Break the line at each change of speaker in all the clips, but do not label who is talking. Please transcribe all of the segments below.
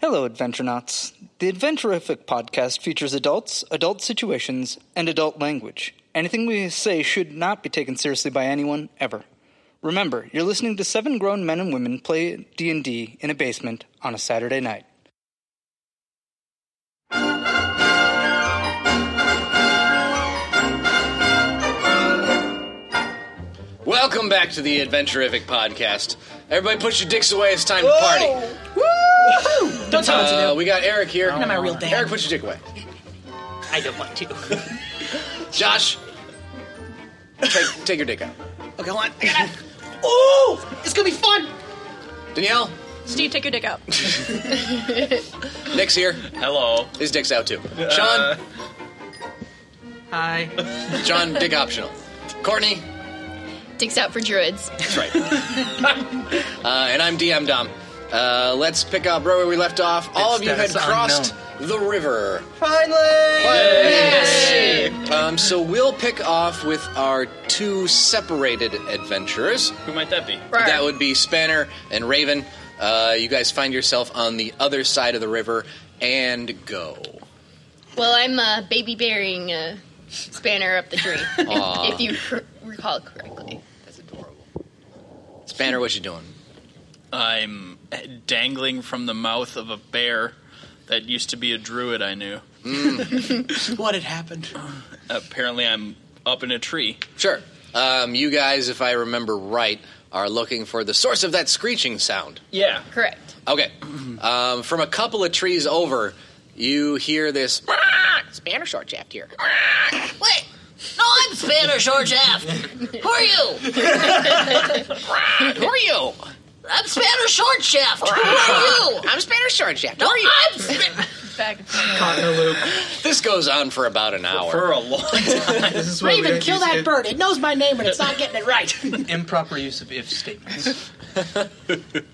Hello, Adventurenauts. The Adventurific podcast features adults, adult situations, and adult language. Anything we say should not be taken seriously by anyone ever. Remember, you're listening to seven grown men and women play D&D in a basement on a Saturday night.
Welcome back to the Adventurific Podcast. Everybody, put your dicks away. It's time to party.
Don't tell me
Uh,
what to
we got Eric here.
Not my real dad.
Eric, put your dick away.
do.
Uh,
I don't want to.
Josh, take, take your dick out.
okay, hold on. I got it. Ooh, it's gonna be fun.
Danielle,
Steve, take your dick out.
Nick's here.
Hello.
His dick's out too. Sean,
Hi.
John, dick optional. Courtney,
Dick's out for druids.
that's right. uh, and I'm DM Dom. Uh, let's pick up right where we left off. All of you had
It's
crossed the river. Um, so we'll pick off with our two separated adventurers.
Who might that be?
Rar.
That would be Spanner and Raven. Uh, you guys find yourself on the other side of the river and go.
Well, I'm uh, baby bearing uh, Spanner up the tree, if, if you cr- recall correctly.
That's adorable. Spanner, what you doing?
I'm dangling from the mouth of a bear that used to be a druid I knew.
Mm. What had happened?
Apparently, I'm up in a tree.
Sure. Um, you guys, if I remember right, are looking for the source of that screeching sound.
Yeah.
Correct.
Okay. Um, from a couple of trees over, you hear this. Spanner short shaft here.
Wait! No, I'm Spanner Short Shaft! Who are you?
Who are you?
I'm Spanner Short Shaft! Who are you?
I'm Spanner short shaft. Who are you?
I'm Spanner.
This goes on for about an hour.
For a long time.
This is why we don't use im-
bird. It knows my name and it's not getting it right.
improper use of if statements.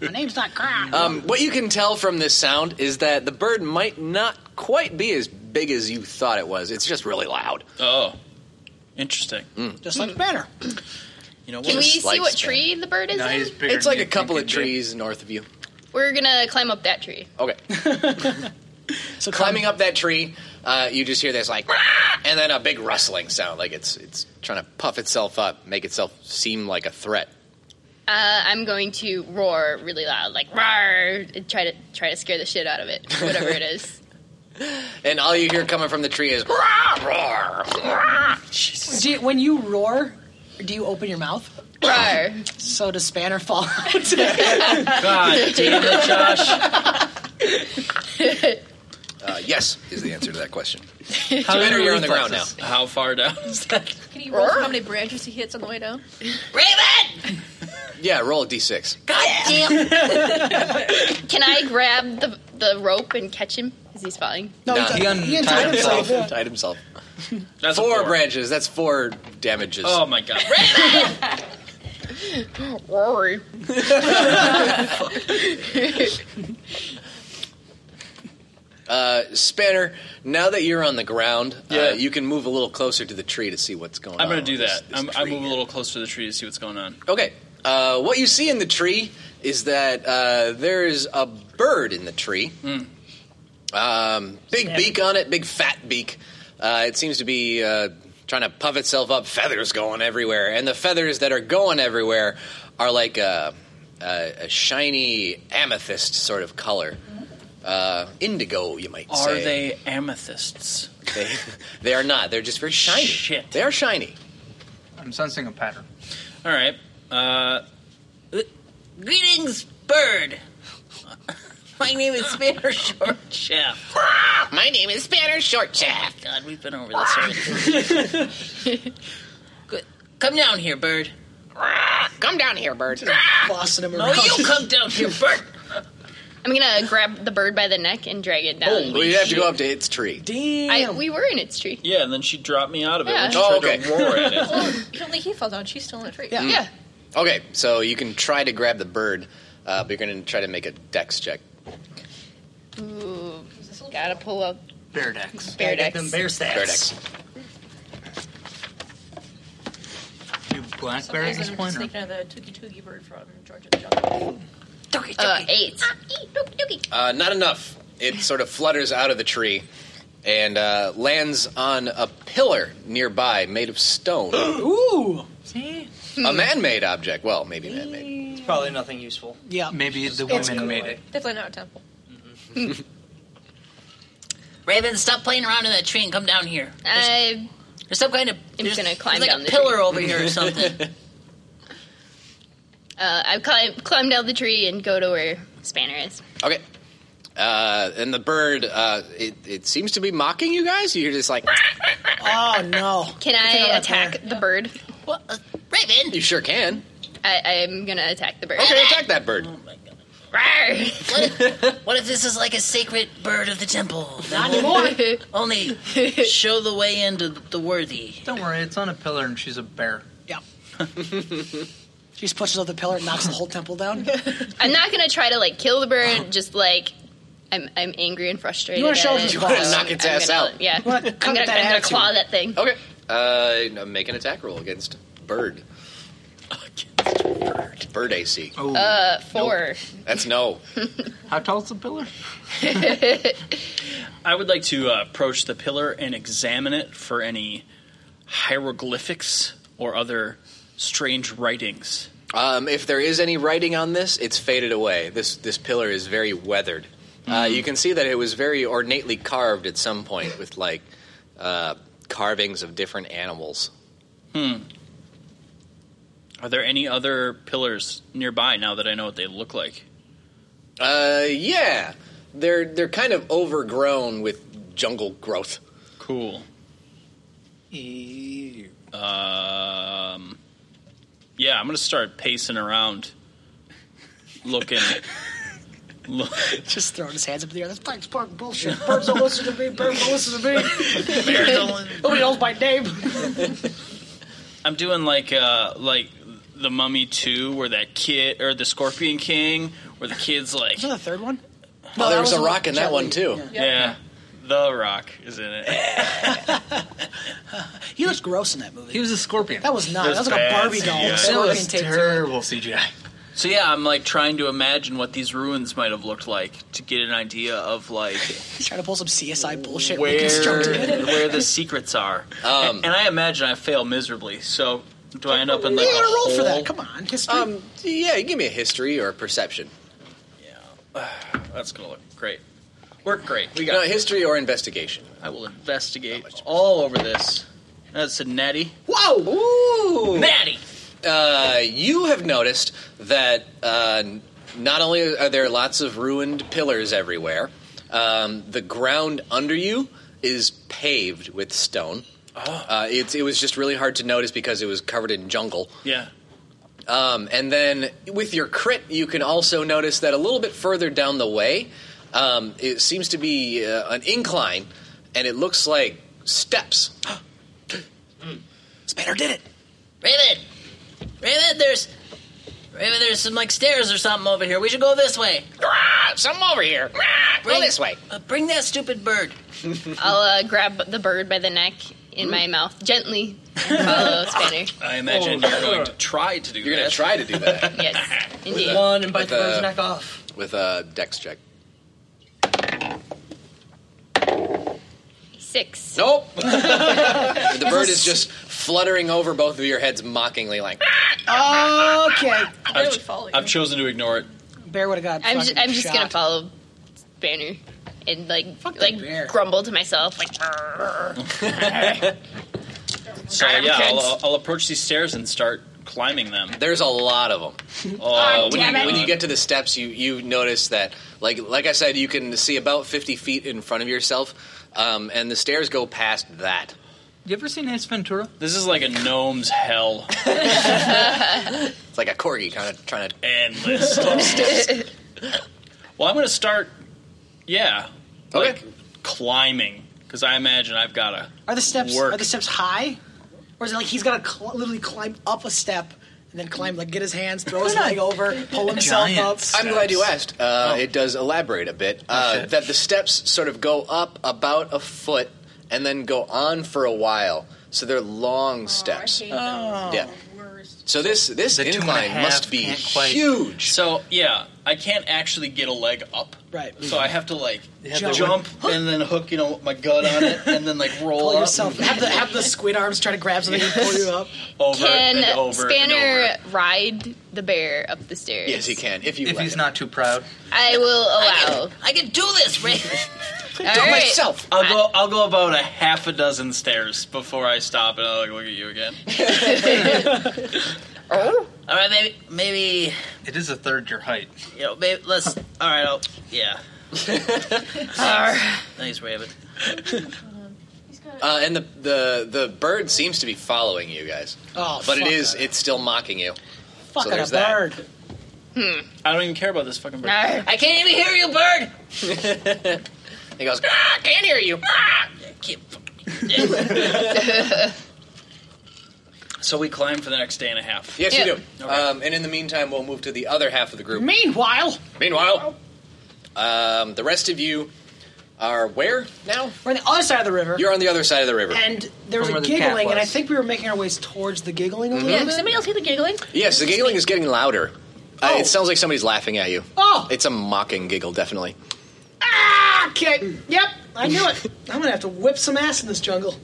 my name's not Crown.
Um, what you can tell from this sound is that the bird might not quite be as big as you thought it was. It's just really loud.
oh. Interesting.
Mm.
Just like Spanner.
You know what?
Can we
Just like
see what
Spanner.
tree the bird is in?
It's like a couple of trees north of you.
We're gonna climb up that tree.
Okay.
So
Climbing up that tree, uh, you just hear this like, and then a big rustling sound, like it's it's trying to puff itself up, make itself seem like a threat.
Uh, I'm going to roar really loud, like rar, and try to try to scare the shit out of it, whatever it is.
And all you hear coming from the tree is roar, roar.
Do you, when you roar, do you open your mouth?
Rar.
So does Spanner fall out?
God damn it, Josh.
Uh, yes, is the answer to that question.
How
Better you're on the ground now.
How far down is that?
Can you roll how many branches he hits on the way down?
Yeah, roll a d6.
Damn. Can I grab the the rope and catch him as he's falling?
No,
Nah.
he's
He
he untied
untied himself.
himself. yeah.
Tied himself.
That's a
Four branches. That's four damages.
Oh my god.
Rory.
Uh, Spanner, now that you're on the ground,
Yeah.
uh, you can move a little closer to the tree to see what's going
I'm
on.
gonna do
with
that.
Oh, this- this
I'm, I
tree
move a
here.
little closer to the tree to see what's going on.
Okay. Uh, what you see in the tree is that uh, there's a bird in the tree.
Hmm.
Um, big beak on it, big fat beak. Uh, it seems to be uh, trying to puff itself up, feathers going everywhere. And the feathers that are going everywhere are like a, a, a shiny amethyst sort of color. Uh, indigo, you might
Are
say.
they amethysts?
They, they are not. They're just very shiny.
Shit.
They are shiny.
I'm sensing a pattern.
All right. Uh, greetings, bird. My name is Spanner Short Chef.
My name is Spanner Shortchaft.
God, we've been over this already. Good. Come down here, bird.
Come down here, bird.
Bossing him
Oh,
around.
you come down here, bird.
I'm gonna grab the bird by the neck and drag it down.
Well, you have to go up to its tree.
I, we were in its tree.
Yeah, and then she dropped me out of it.
Yeah.
when she
Oh,
tried
okay.
to roar at it.
Only he fell down. She's still in a tree.
Yeah.
Yeah.
Okay, so you can try to grab the bird, uh, but you're going to try to make a dex check.
Ooh, gotta pull up
Bear decks.
bear
Gotta get them
decks.
bear stats.
Bear dex.
You blackberry at
Sometimes
this
I'm
point?
just
Or?
thinking of the Toogie Toogie bird from Georgia the Jungle.
Uh, eight.
Uh, not enough. it sort of flutters out of the tree and uh, lands on a pillar nearby made of stone.
Ooh.
See?
a man made object. Well, maybe man made.
It's probably nothing useful.
Yeah.
Maybe the
It's
women made it.
Definitely not a temple.
Raven, stop playing around in that tree and come down here. There's,
I
there's some kind of
I'm
there's,
gonna climb
there's like
down
a
the
pillar
tree.
over here or something.
uh, I climb climb down the tree and go to where Spanner is.
Okay. Uh, and the bird, uh, it, it seems to be mocking you guys. You're just like,
Oh no.
Can
think
I
I'll
attack the bird?
what? Uh, Raven.
you sure can.
I, I'm gonna attack the bird.
Okay, attack that bird.
Rawr.
Oh What if, what if this is like a sacred bird of the temple? Not Only show the way into the worthy.
Don't worry, it's on a pillar and she's a bear.
Yeah. she just pushes up the pillar and knocks the whole temple down.
I'm not gonna try to like kill the bird. Just like I'm, I'm angry and frustrated.
You wanna show
at
his
it,
claws.
so
Knock its
I'm
ass
gonna-
out.
Yeah,
wanna
I'm
cut
gonna,
that
I'm gonna
attitude.
claw that thing.
Okay. Uh, make an attack roll against bird. Bird. Bird AC.
Oh,
Uh, four.
That's no.
how tall's the pillar?
I would like to uh, approach the pillar and examine it for any hieroglyphics or other strange writings.
Um, if there is any writing on this, it's faded away. This this pillar is very weathered. Uh, you can see that it was very ornately carved at some point with like uh, carvings of different animals.
Are there any other pillars nearby now that I know what they look like?
Uh, yeah, they're they're kind of overgrown with jungle growth.
Cool. Um, yeah, I'm gonna start pacing around, looking. look,
just throwing his hands up in the air. That's fucking spark bullshit. Birds don't listen to me. Birds don't listen to me. Nobody knows my name.
I'm doing like uh like the Mummy Two, where that kid or the Scorpion King, where the kid's like,
Is that the third one?
Oh, there
that
was a
the
rock in that
Jet
one
Li.
too.
Yeah.
yeah, the Rock is in it.
He looks gross in that movie.
He was a scorpion.
that was not.
That's
That was like a
bad
Barbie doll.
CGI.
with a
That
scorpion
was
taped to it.
terrible CGI.
So yeah, I'm like trying to imagine what these ruins might have looked like to get an idea of like
He's trying to pull some CSI bullshit.
where
Reconstructed.
where the secrets are.
Um,
and, and I imagine I fail miserably. So do I end up in
You
like a
got to roll for
hole?
that. Come on, history.
Um, yeah, give me a history or a perception.
That's gonna look great. Work great. We
No,
got. it.
history or investigation.
I will investigate all over this. That's a natty.
Whoa! Ooh.
Natty.
Uh, you have noticed that uh, not only are there lots of ruined pillars everywhere, um, the ground under you is paved with stone. Uh, it's, it was just really hard to notice because it was covered in jungle.
Yeah.
Um, and then with your crit, you can also notice that a little bit further down the way, um, it seems to be uh, an incline, and it looks like steps.
Spanner did it.
Raven. Raven, there's Raven, there's some like stairs or something over here. We should go this way.
Something over here. Go this way.
Uh, bring that stupid bird.
I'll uh, grab the bird by the neck in my mouth gently. and Follow Spanner.
I imagine you're going to try to do.
You're gonna
that.
try to do that
Yes, indeed.
One and bite
With
the bird's
a-
neck off.
with a dex check.
Six.
Nope. the bird is just fluttering over both of your heads mockingly, like.
Okay.
They would follow you.
I've chosen to ignore it.
Bear would have got.
I'm just,
fucking
I'm just
shot.
gonna follow Spanner and like
Fuck that
like
bear.
grumble to myself like
So yeah, I'll, I'll approach these stairs and start climbing them.
There's a lot of them.
Oh,
when, you, when you get to the steps, you you notice that, like like I said, you can see about 50 feet in front of yourself, um, and the stairs go past that.
You ever seen Ace Ventura?
This is like a gnome's hell.
It's like a corgi kind of trying to.
Endless. well, I'm gonna start. Yeah,
Okay.
like climbing because I imagine I've got to.
Are the steps
Work.
are the steps high, or is it like he's got to cl- literally climb up a step and then climb like get his hands, throw his leg over, pull himself up?
Giants.
I'm glad you asked. Uh, It does elaborate a bit uh, that the steps sort of go up about a foot and then go on for a while, so they're long steps.
Oh.
Yeah. So this this
The two and a
incline
half
must be
can't quite-
huge.
So yeah, I can't actually get a leg up.
Right.
So I have to like
have to
jump and then hook, you know, my gut on it and then like roll
Pull
up
yourself.
and
Have the have the squid arms try to grab something and pull you up.
over and
Can
over
Spanner
and over.
ride the bear up the stairs?
Yes, he can. If you
If
let
he's
him.
not too proud.
I will allow.
I can do this, Ray.
All right.
I'll go. I'll go about a half a dozen stairs before I stop and I'll like, look at you again.
all right, maybe, maybe,
It is a third your height.
you know, maybe let's. All right, I'll. Yeah. Thanks, Raven.
Uh, and the, the the bird seems to be following you guys,
Oh,
but it
fuck
is
that.
it's still mocking you.
Fuck
so
on a
there's that.
bird.
I don't even care about this fucking bird.
Arr.
I can't even hear you, bird.
He goes, ah, can't hear you. Ah!
I can't
So we climb for the next day and a half.
Yes, you
Yeah.
do. Um, and in the meantime, we'll move to the other half of the group.
Meanwhile,
Meanwhile,
Oh.
um, the rest of you are where now?
we're on the other side of the river,
You're on the other side of the river.
and there was
From
a
where the cat
giggling, and I
was.
think we were making our ways towards the giggling a
Mm-hmm.
little
Yeah,
bit.
somebody else hear the giggling?
Yes, the giggling is getting louder. Uh,
Oh.
it sounds like somebody's laughing at you.
Oh.
It's a mocking giggle, definitely.
Ah, Okay. Yep. I knew it. I'm gonna have to whip some ass in this jungle.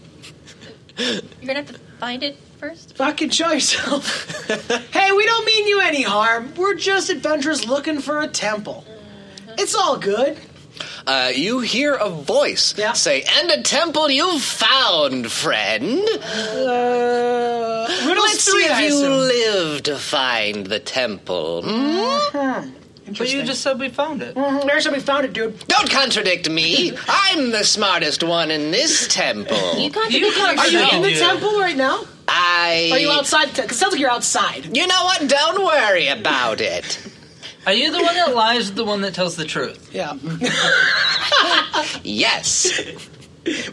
You're gonna have to find it first.
Fucking show yourself. hey, we don't mean you any harm. We're just adventurers looking for a temple. It's all good.
Uh, you hear a voice
Yeah.
say, "And a temple you've found, friend.
Uh, riddles
Let's see
three,
if
Uh, I
you
assume.
live to find the temple." Hmm?
But you
Interesting.
just said we found it.
Mhm, There's somebody found it, dude.
Don't contradict me. I'm the smartest one in this temple.
You contradict yourself.
Are you in the
Yeah.
temple right now?
I.
Or are you outside? Because it sounds like you're outside.
You know what? Don't worry about it.
Are you the one that lies or the one that tells the truth?
Yeah.
Yes.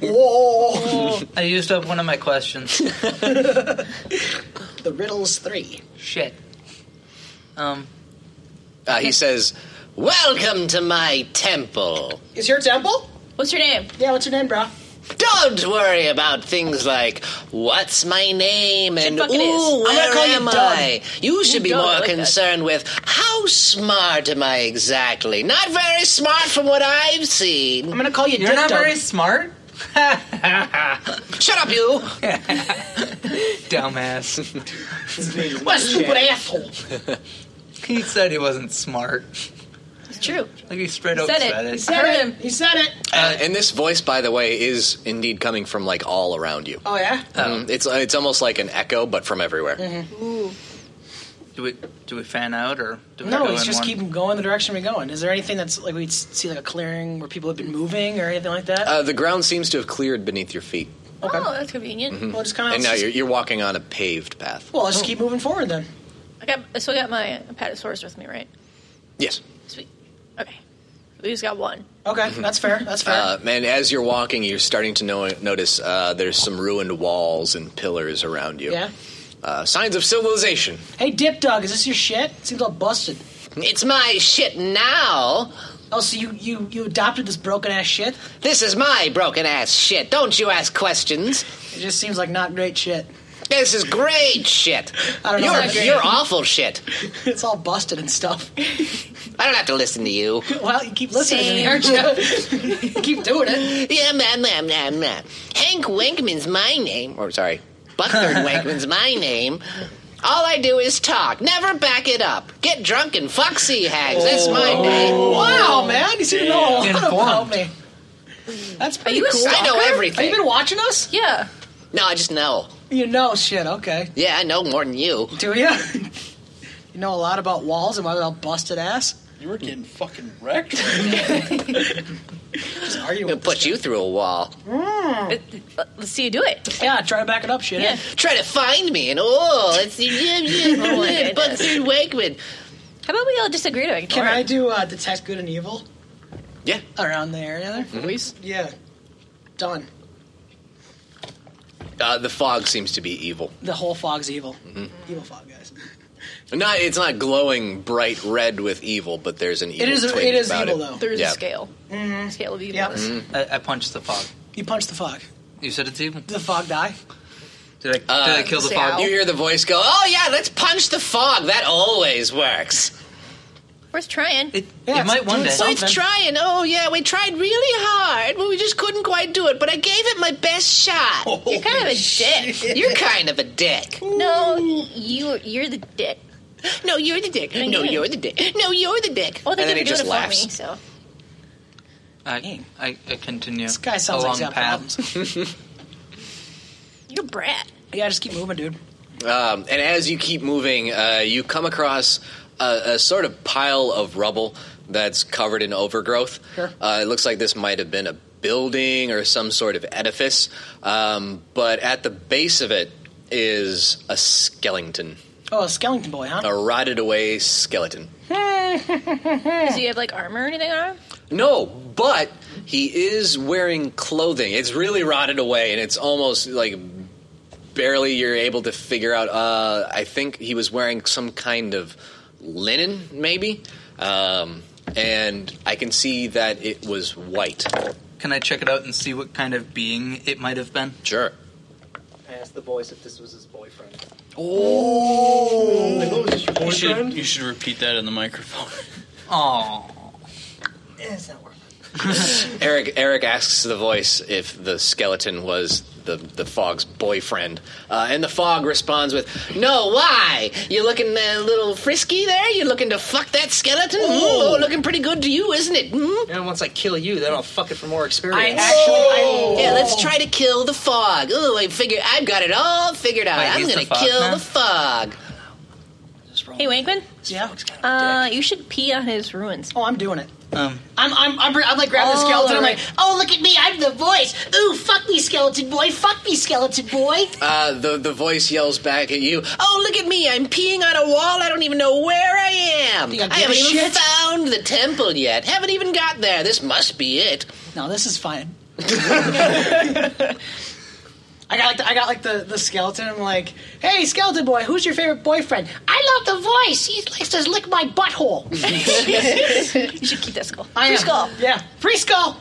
Whoa.
I used up one of my questions.
the riddles three.
Shit. Um,
Uh, he says, "Welcome to my temple."
Is your temple?
What's your name?
Yeah. What's your name, bro?
Don't worry about things like what's my name and
bucket is.
ooh,
I'm
gonna
where
call you
am
Doug.
I? You should be
Doug, I
more
like that.
concerned with how smart am I exactly? Not very smart from what I've seen.
I'm gonna call you.
you're
Dick
not
Dog.
very smart?
Shut up, you.
Dumbass.
What a stupid asshole.
he said he wasn't smart.
It's true.
Like he straight up
said it.
said
He
it.
said it.
He said it.
Uh, and this voice, by the way, is indeed coming from like all around you.
Oh yeah.
Um, it's it's almost like an echo, but from everywhere.
Do we do we fan out or do we
No,
go
it's
in
just
one?
keep going the direction we're going. Is there anything that's like we'd s- see like a clearing where people have been moving or anything like that?
Uh, the ground seems to have cleared beneath your feet,
Okay. Mm-hmm.
Oh, that's convenient.
well, just kind of.
and now you're, you're walking on a paved path.
Well, let's just keep moving forward then.
I got I still got my apatosaurus with me, right?
Yes.
Sweet. Okay. We just got one.
Okay, that's fair. That's fair.
Uh, and as you're walking, you're starting to know, notice uh, there's some ruined walls and pillars around you.
yeah.
Uh, signs of civilization.
Hey, Dip Dog, is this your shit? Seems all busted.
It's my shit now.
Oh, so you you you adopted this broken ass shit?
This is my broken ass shit. Don't you ask questions.
It just seems like not great shit.
This is great shit.
I don't know.
You're,
It's not great.
you're awful shit.
It's all busted and stuff.
I don't have to listen to you.
Well, you keep listening, aren't you? you keep doing it.
Yeah, man, man, man, man. Hank Wankman's my name. Or sorry, Buckthorn Wankman's my name. All I do is talk. Never back it up. Get drunk and fuck sea hags.
Oh.
That's my name.
Wow, man, you seem to know a lot about
Informed.
me. That's pretty
you a
cool.
I know
Have
everything.
you been watching us?
Yeah.
No, I just know.
You know shit. Okay.
Yeah, I know more than you.
Do ya? you know a lot about walls and why they're all busted ass?
You were getting fucking wrecked. Right?
Just arguing
I'll
with this
put you through a wall.
Let- Let's see you do it.
guy. Yeah, try to back it up, shit.
Yeah.
Try to find me, and oh, it's yeah, yeah,
Oh, I
yeah,
hate
Buckthorn Wankman.
How about we all just agree to it?
Can I do uh, detect good and evil
Yeah. Mm-hmm.
around the area there?
voice?
Yeah. Done.
Uh, the fog seems to be evil.
The whole fog's evil.
Mm-hmm.
Evil fog, guys.
Not, it's not glowing bright red with evil, but there's an evil.
it is.
twinge
It is
about
evil
it.
though.
There's
Yeah.
a scale. Scale of evil.
Yep.
I, I punched the fog.
You punch the fog.
You said it's evil.
Did the fog die?
Did I,
Uh,
did I kill the
say
fog?
You hear the voice go, "Oh yeah, let's punch the fog. That always works."
Worth trying. It,
it might one day.
Worth trying. Oh yeah, we tried really hard, but we just couldn't quite do it. But I gave it my best shot.
Oh,
You're kind of a dick.
You're kind of a dick.
No, you you're the dick.
No, you're the dick. No, you're the dick. No, you're the dick.
Well, they
And then he
could be doing
just
it
laughs.
for me. So
I, I, I continue this
guy sounds like
along
he's got
path.
you're a brat.
Yeah, just keep moving, dude.
Um, and as you keep moving, uh, you come across a, a sort of pile of rubble that's covered in overgrowth.
Sure.
Uh, it looks like this might have been a building or some sort of edifice, um, but at the base of it is a skeleton,
Oh, a skeleton boy, huh?
a rotted away skeleton.
Does he have like armor or anything on him?
No, but he is wearing clothing. It's really rotted away, and it's almost like barely you're able to figure out. Uh, I think he was wearing some kind of linen, maybe. Um, and I can see that it was white.
Can I check it out and see what kind of being it might have been?
Sure.
I asked the voice if this was his boyfriend.
Oh,
Those
you should, you should repeat that in the microphone.
Aww.
It's not worth
Eric Eric asks the voice if the skeleton was the the fog's boyfriend, uh, and the fog responds with,
No, Oh, why? You looking a little frisky there? You looking to fuck that skeleton? Oh, looking pretty good to you, isn't it? Hmm?
And once I kill you, then I'll fuck it for more experience. Oh.
yeah, let's try to kill the fog. Oh, I figure I've got it all figured out.
Wait,
I'm
he's
gonna
the fog
kill
now?
the fog.
Hey, Wankman.
Yeah.
Uh, you should pee on his ruins.
Oh, I'm doing it.
Um,
I'm, I'm, I'm, I'm like grabbing the
All
skeleton. I'm
right.
like,
Oh, look at me! I'm the voice. Ooh, fuck me, skeleton boy. Fuck me, skeleton boy.
uh, the the voice yells back at you,
Oh, look at me! I'm peeing on a wall. I don't even know where I am.
Think I
I
give
haven't
a
even
shit?
found the temple yet. Haven't even got there. This must be it.
no, this is fine. I got like the, I got like the, the skeleton. I'm like, hey, skeleton boy, who's your favorite boyfriend? I love the voice. He likes to lick my butthole.
You should keep that skull.
I am.
Free skull.
Yeah, free skull.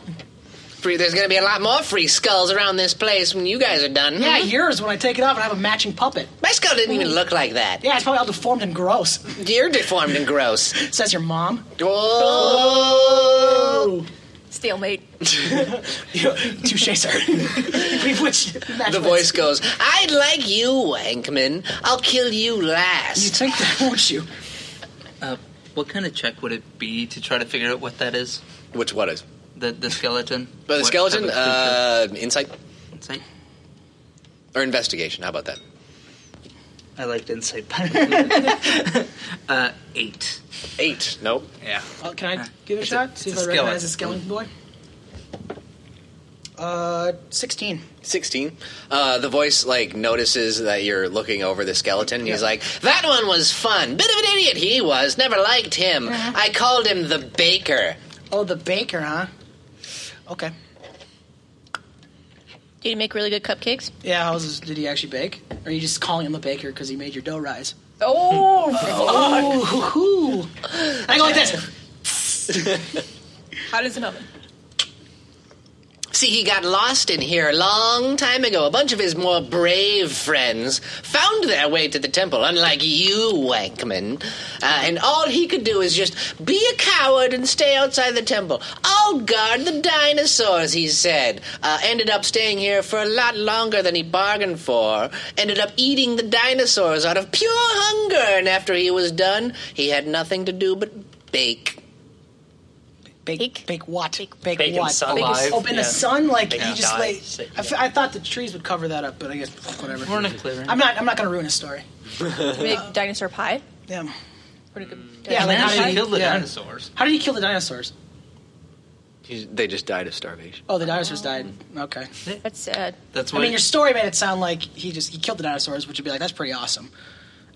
Free, there's gonna be a lot more free skulls around this place when you guys are done.
Yeah,
Hmm?
yours when I take it off and I have a matching puppet.
my skull didn't even look like that.
Yeah, it's probably all deformed and gross.
You're deformed and gross.
Says your mom.
Oh.
Stalemate.
Touche, sir. We've which
The voice goes, "I'd like you, Wankman. I'll kill you last."
You take that, won't you?
Uh, what kind of check would it be to try to figure out what that is?
"Which what is?"
The the skeleton.
But the
What
skeleton,
type of
uh, insight
creature? Insight?
or investigation? How about that?
I liked insight better. uh, eight.
Eight. Nope.
Yeah.
Uh, can I
Uh,
give it a
it's
shot?
a-
See if
it's
I
a
recognize the skeleton boy. Uh, sixteen.
16 uh, the voice like notices that you're looking over the skeleton and he's like
That one was fun. Bit of an idiot he was. Never liked him. I called him the baker.
Oh, the baker, huh? Okay.
Did he make really good cupcakes?
Yeah, how was, did he actually bake? Or are you just calling him the baker because he made your dough rise?
Oh,
Oh, hoo hoo. And I go like this.
how does it oven?
See, he got lost in here a long time ago. A bunch of his more brave friends found their way to the temple, unlike you, Wankman. Uh, and all he could do is just be a coward and stay outside the temple. I'll guard the dinosaurs, he said. Uh, ended up staying here for a lot longer than he bargained for. Ended up eating the dinosaurs out of pure hunger, and after he was done, he had nothing to do but bake.
Bake, bake, what? Bake, bake
Bacon
what?
sun.
Bake-
Alive,
Oh, in
yeah.
the sun, like
Bacon
you just
dies.
like. I, f- I thought the trees would cover that up, but I guess whatever.
We're in a clearing.
I'm not. I'm not gonna ruin his story.
Make dinosaur pie.
Damn.
Pretty good.
Yeah, like how
Managed
did
to
he
kill the
yeah.
dinosaurs.
How did he kill the dinosaurs?
"He's- they just died of starvation
Oh, the dinosaurs died. Okay.
That's sad.
That's
I
what.
mean, your story made it sound like he just he killed the dinosaurs, which would be like that's pretty awesome.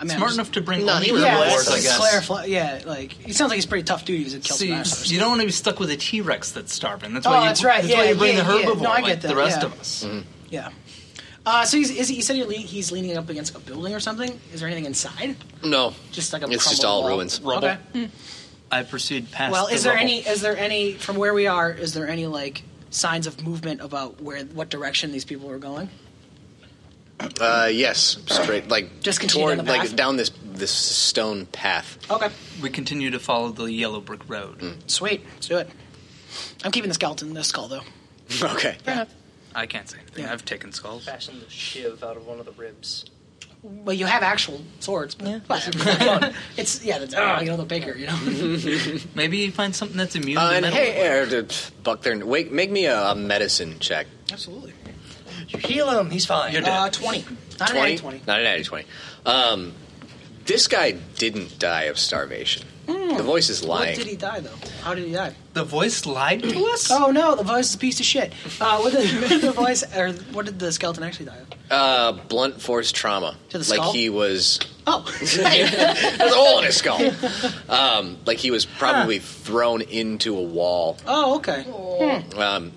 I mean, I'm
smart
just-
enough to bring
No,
all
he
the
was
Yeah,
Wars,
rewards,
let's-
I
let's
guess.
clarify. Yeah, like he sounds like he's a pretty tough dude. He was a kill
See,
some dinosaurs.
you don't want to be stuck with a T Rex that's starving. That's
Oh,
why you,
that's right.
why
Yeah,
you bring
yeah,
the
yeah.
herbivore
No, I
like
get that,
the rest
yeah.
of us.
Mm-hmm.
Yeah. Uh, so he's, is he, you said you're le- he's leaning up against a building or something. Is there anything inside?
no
Just like a
it's just
crumbled
all
wall?
ruins
Rubble.
Okay. Mm.
I pursued past.
Well,
the
is there
rubble.
any? Is there any from where we are? Is there any like signs of movement about where what direction these people are going?
Uh, yes, straight like
Just continue
toward-
down the path?
like down this this stone path.
Okay.
We continue to follow the yellow brick road.
Sweet. Let's do it. I'm keeping the skeleton in the skull, though.
Okay.
I can't say anything. I've taken skulls.
Fashion the shiv out of one of the ribs.
Well, you have actual swords, but yeah. it's yeah, that's,
Ah.
oh, you know the baker, you know.
Maybe you find something that's immune
Uh,
to
and
metal.
hey, er, d- buck there, wake, make me a, a medicine check.
Absolutely.
Heal him. He's fine.
You're dead.
Uh, twenty. Not an
Twenty,
attic twenty.
not an added twenty. Um, this guy didn't die of starvation. The voice is lying.
Hmm. What did he die though? How did he die?
The voice lied to us.
Oh no, the voice is a piece of shit. Uh, what did the voice or what did the skeleton actually die of?
Uh, blunt force trauma.
To the
Like
skull?
he was.
Oh,
There's a hole in his skull. Um, like he was probably thrown into a wall.
Oh, okay.
Um,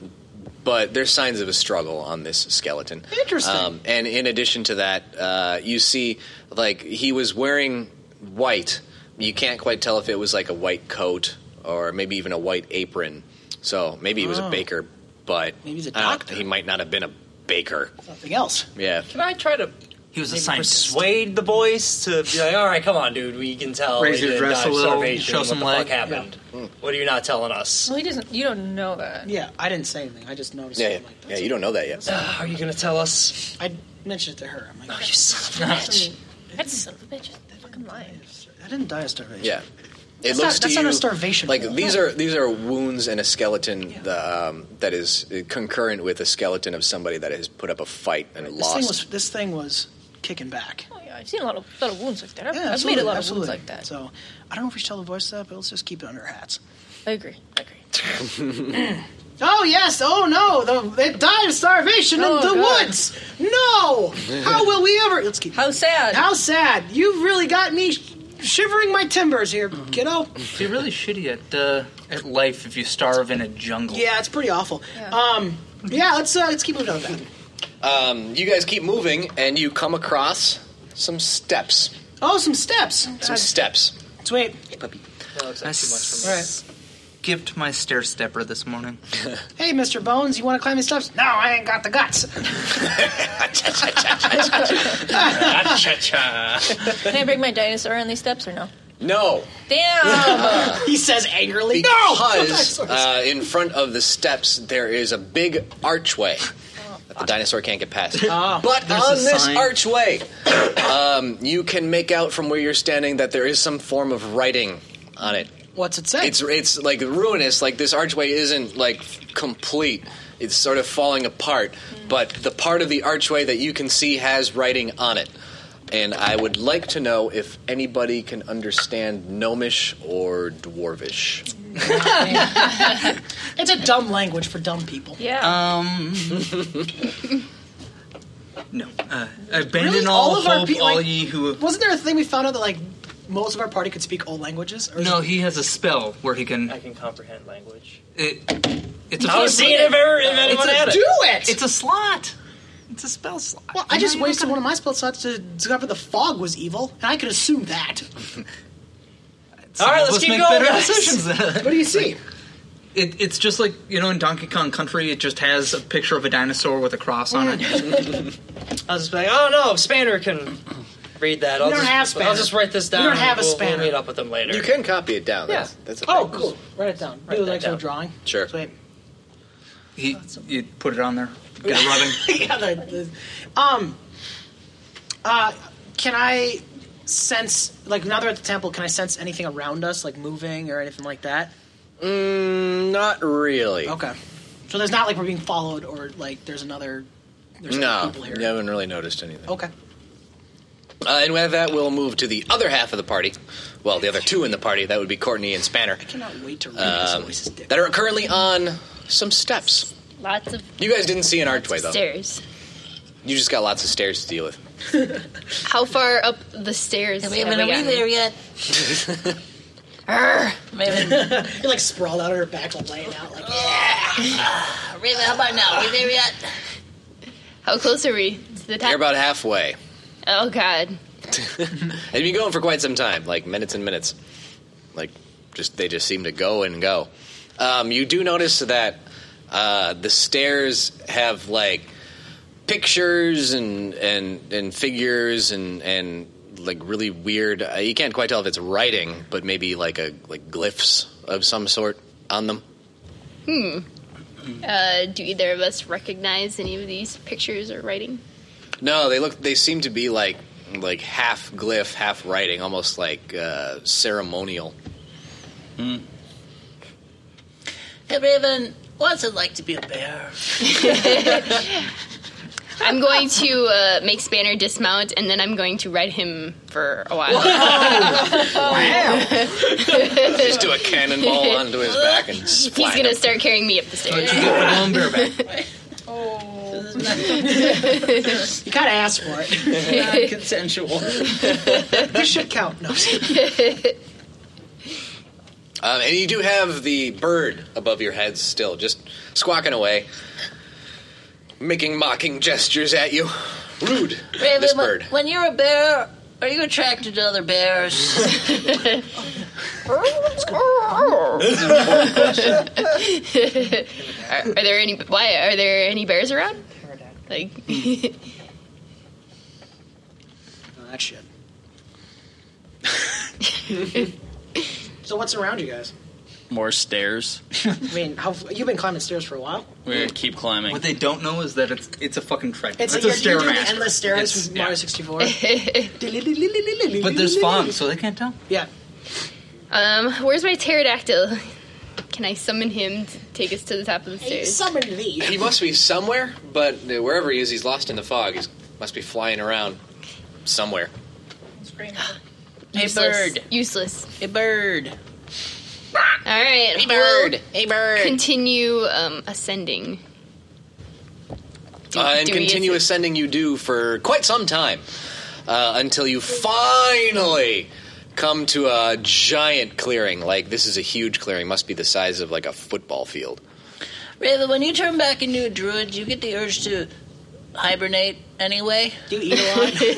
but there's signs of a struggle on this skeleton.
Interesting.
Um, and in addition to that, uh, you see, like, he was wearing white. You can't quite tell if it was like a white coat or maybe even a white apron. So maybe he was
Oh.
a baker, but
Maybe he's a
I don't-
doctor.
He might not have been a baker.
Something else.
Yeah.
Can I try to?
He was
a scientist. Persuade the boys to be like, all right, come on, dude. We can tell.
Raise
they
your
didn't die
dress a
of
little, Hmm.
starvation,
show
what
some
the
leg.
fuck happened? What are you not telling us?
Well, he doesn't. You don't know that.
Yeah, I didn't say anything. I just noticed.
Yeah,
it.
yeah.
I'm like,
yeah, you don't know that yet.
"Ah, are you gonna tell us?
I mentioned it to her. I'm like,
Oh, you son of a bitch.
That's son of a bitch. That's fucking lying.
I didn't die of starvation.
Yeah. It looks
That's not-
to
that's
you
not a starvation
Like
roll.
these are these are wounds and a skeleton the, um, that is concurrent with a skeleton of somebody that has put up a fight and
This
lost.
thing was this thing was kicking back.
Oh, yeah, I've seen a lot of, lot of wounds like that. I've,
Yeah,
I've made a lot
absolutely,
of wounds like that.
So I don't know if we should tell the voice that, but let's just keep it under our hats.
I agree. I agree.
Oh yes! Oh no! The, it died of starvation
Oh,
in the
God.
woods. No! How will we ever? Let's keep.
How sad.
How sad! You've really got me sh- shivering my timbers here, kiddo.
You're really shitty at uh, at life if you starve in a jungle.
Yeah, it's pretty awful. Um, yeah, let's uh, let's keep moving on. That.
Um, you guys keep moving, and you come across some steps.
Oh, some steps.
Some steps.
Sweet.
That looks like too much for me.
All right.
Skipped my stair stepper this morning.
Hey, Mr. Bones, you want to climb the steps? No, I ain't got the guts.
Can I bring my dinosaur on these steps or no?
No,
Damn.
he says angrily.
because uh, in front of the steps there is a big archway that the dinosaur can't get past. but
Ah, There's
on
a
this
sign.
archway, um, you can make out from where you're standing that there is some form of writing on it.
What's it say?
It's it's like ruinous. Like this archway isn't like complete. It's sort of falling apart. But the part of the archway that you can see has writing on it. And I would like to know if anybody can understand gnomish or dwarvish.
It's a dumb language for dumb people.
yeah.
Um. no. Uh, abandon
Really?
all,
All of our
hope,
pe-
all
like-
ye who.
Wasn't there a thing we found out that like most of our party could speak all languages? Or
No, he has a spell where he
I
can.
can comprehend language.
It, it's
Oh,
a.
I was seeing if, ever, if anyone
a-
had it.
do it.
It's a slot. It's a spell slot.
well, I just
You know, you
wasted one of my spell slots to discover the fog was evil, and I could assume that.
don't- some
All right,
of
let's
us
keep
make
going,
better
guys.
decisions.
What do you see?
it, it's just like you know in Donkey Kong Country, it just has a picture of a dinosaur with a cross on it.
I was just like, oh no, Spanner can read that. I'll
don't
just,
have Spanner.
I'll just write this
We
down.
don't
and
have a
we'll,
Spanner.
We'll meet up with them later.
You can copy it down.
Yeah.
That's, that's a
Oh,
thing.
cool. Write it down.
Write
Do the
that
actual
down.
drawing.
Sure.
Sweet.
He, you put it on there. Get a rubbing.
yeah, the, the, um, uh, can I sense like now they're at the temple? Can I sense anything around us, like moving or anything like that?
Mm, not really.
Okay, so there's not like we're being followed or like there's another. There's other
No,
people here.
you haven't really noticed anything.
Okay.
Uh, and with that, we'll move to the other half of the party. Well, the other two in the party, that would be Courtney and Spanner,
I cannot wait to read
um,
this voice's dick.
that are currently on some steps.
Lots of
You guys didn't see an archway, though.
stairs.
You just got lots of stairs to deal with.
How far up the stairs?
We
have
haven't
we
are we
gotten?
there yet?
Arr!
Raven,
You're like sprawled out on her back, like laying out. Like,
Raven, how about now? Are we there yet?
How close are we to the top?
You're about halfway.
oh God!
And you've been going for quite some time, like minutes and minutes. Like, just they just seem to go and go. Um, you do notice that uh, the stairs have like pictures and and and figures and and like really weird. Uh, you can't quite tell if it's writing, but maybe like a like glyphs of some sort on them.
Hmm. Uh, do either of us recognize any of these pictures or writing?
No, they look. They seem to be like like half glyph, half writing, almost like uh, ceremonial.
Hey, Raven, what's it like to be a bear?
I'm going to uh, make Spanner dismount, and then I'm going to ride him for a while.
Just do a cannonball onto his back and
He's going to start carrying me up the stairs.
you gotta ask for it.
Non-consensual.
this should count. No.
Um, and you do have the bird above your heads still, just squawking away, making mocking gestures at you. Rude,
Raven,
this
when-
bird.
when you're a bear, are you attracted to other bears?
are, are there any? Why are there any bears around? Like,
No, Oh, that shit. so what's around you guys?
More stairs.
I mean, how you've been climbing stairs for a while?
We're gonna keep climbing. What
they don't know is that it's it's a fucking treadmill.
It's,
It's,
like
a
you're,
stairmaster.
you're doing the endless stairs
It's-
from
yeah.
Mario 64.
But there's fog, so they can't tell.
Yeah.
um, where's my pterodactyl? Can I summon him to take us to the top of the stairs?
Summon thee.
He must be somewhere, but uh, wherever he is, he's lost in the fog. He must be flying around somewhere.
Hey,
Useless.
bird.
Useless.
A bird.
All right.
Hey, bird.
Hey
bird.
Continue um, ascending.
uh, and
do we
continue ascending you do for quite some time uh, until you finally come to a giant clearing. Like, this is a huge clearing, must be the size of like a football field.
Raven, when you turn back into a druid, do you get the urge to hibernate anyway?
Do you eat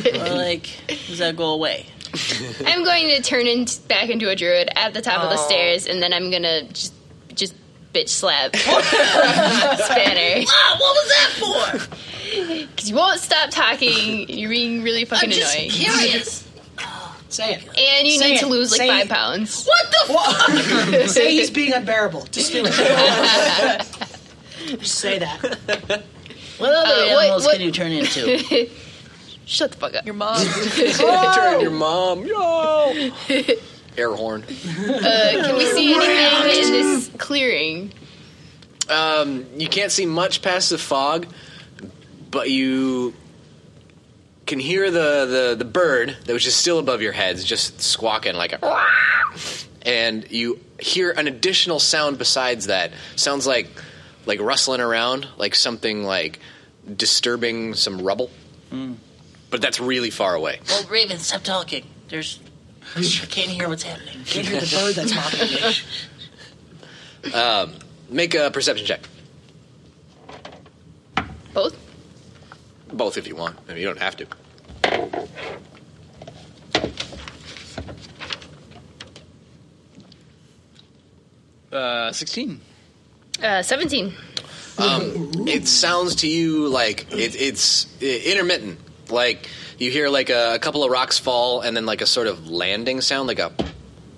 a
lot? or, like, does that go away?
I'm going to turn in, back into a druid at the top of the
Aw.
stairs, and then I'm gonna just just bitch slap Spanner.
Ah, what was that for?
Because you won't stop talking. You're being really fucking
I'm just
annoying.
curious.
Say it.
And you
Say
need
it.
to lose like
Say
five
it.
pounds.
What the
What? say he's being unbearable. Just do it. Just say that.
What other
Uh, what-
animals
what-
can you turn into?
Shut the fuck up. Your
mom.
Turn your mom. Yo! Air horn.
Uh, can we see anything in this clearing?
Um, you can't see much past the fog, but you can hear the, the, the bird that was just still above your heads, just squawking like a. And you hear an additional sound besides that. Sounds like like rustling around, like something like disturbing some rubble. But that's really far away.
oh, Raven, stop talking. There's. I can't hear what's happening.
Can't hear the bird that's mocking me.
Um, make a perception check,
Both.
both if you want. I mean, you don't have to.
Uh, sixteen.
Uh, Seventeen.
um, it sounds to you like it, it's uh, intermittent. Like you hear like a, a couple of rocks fall, and then like a sort of landing sound, like a,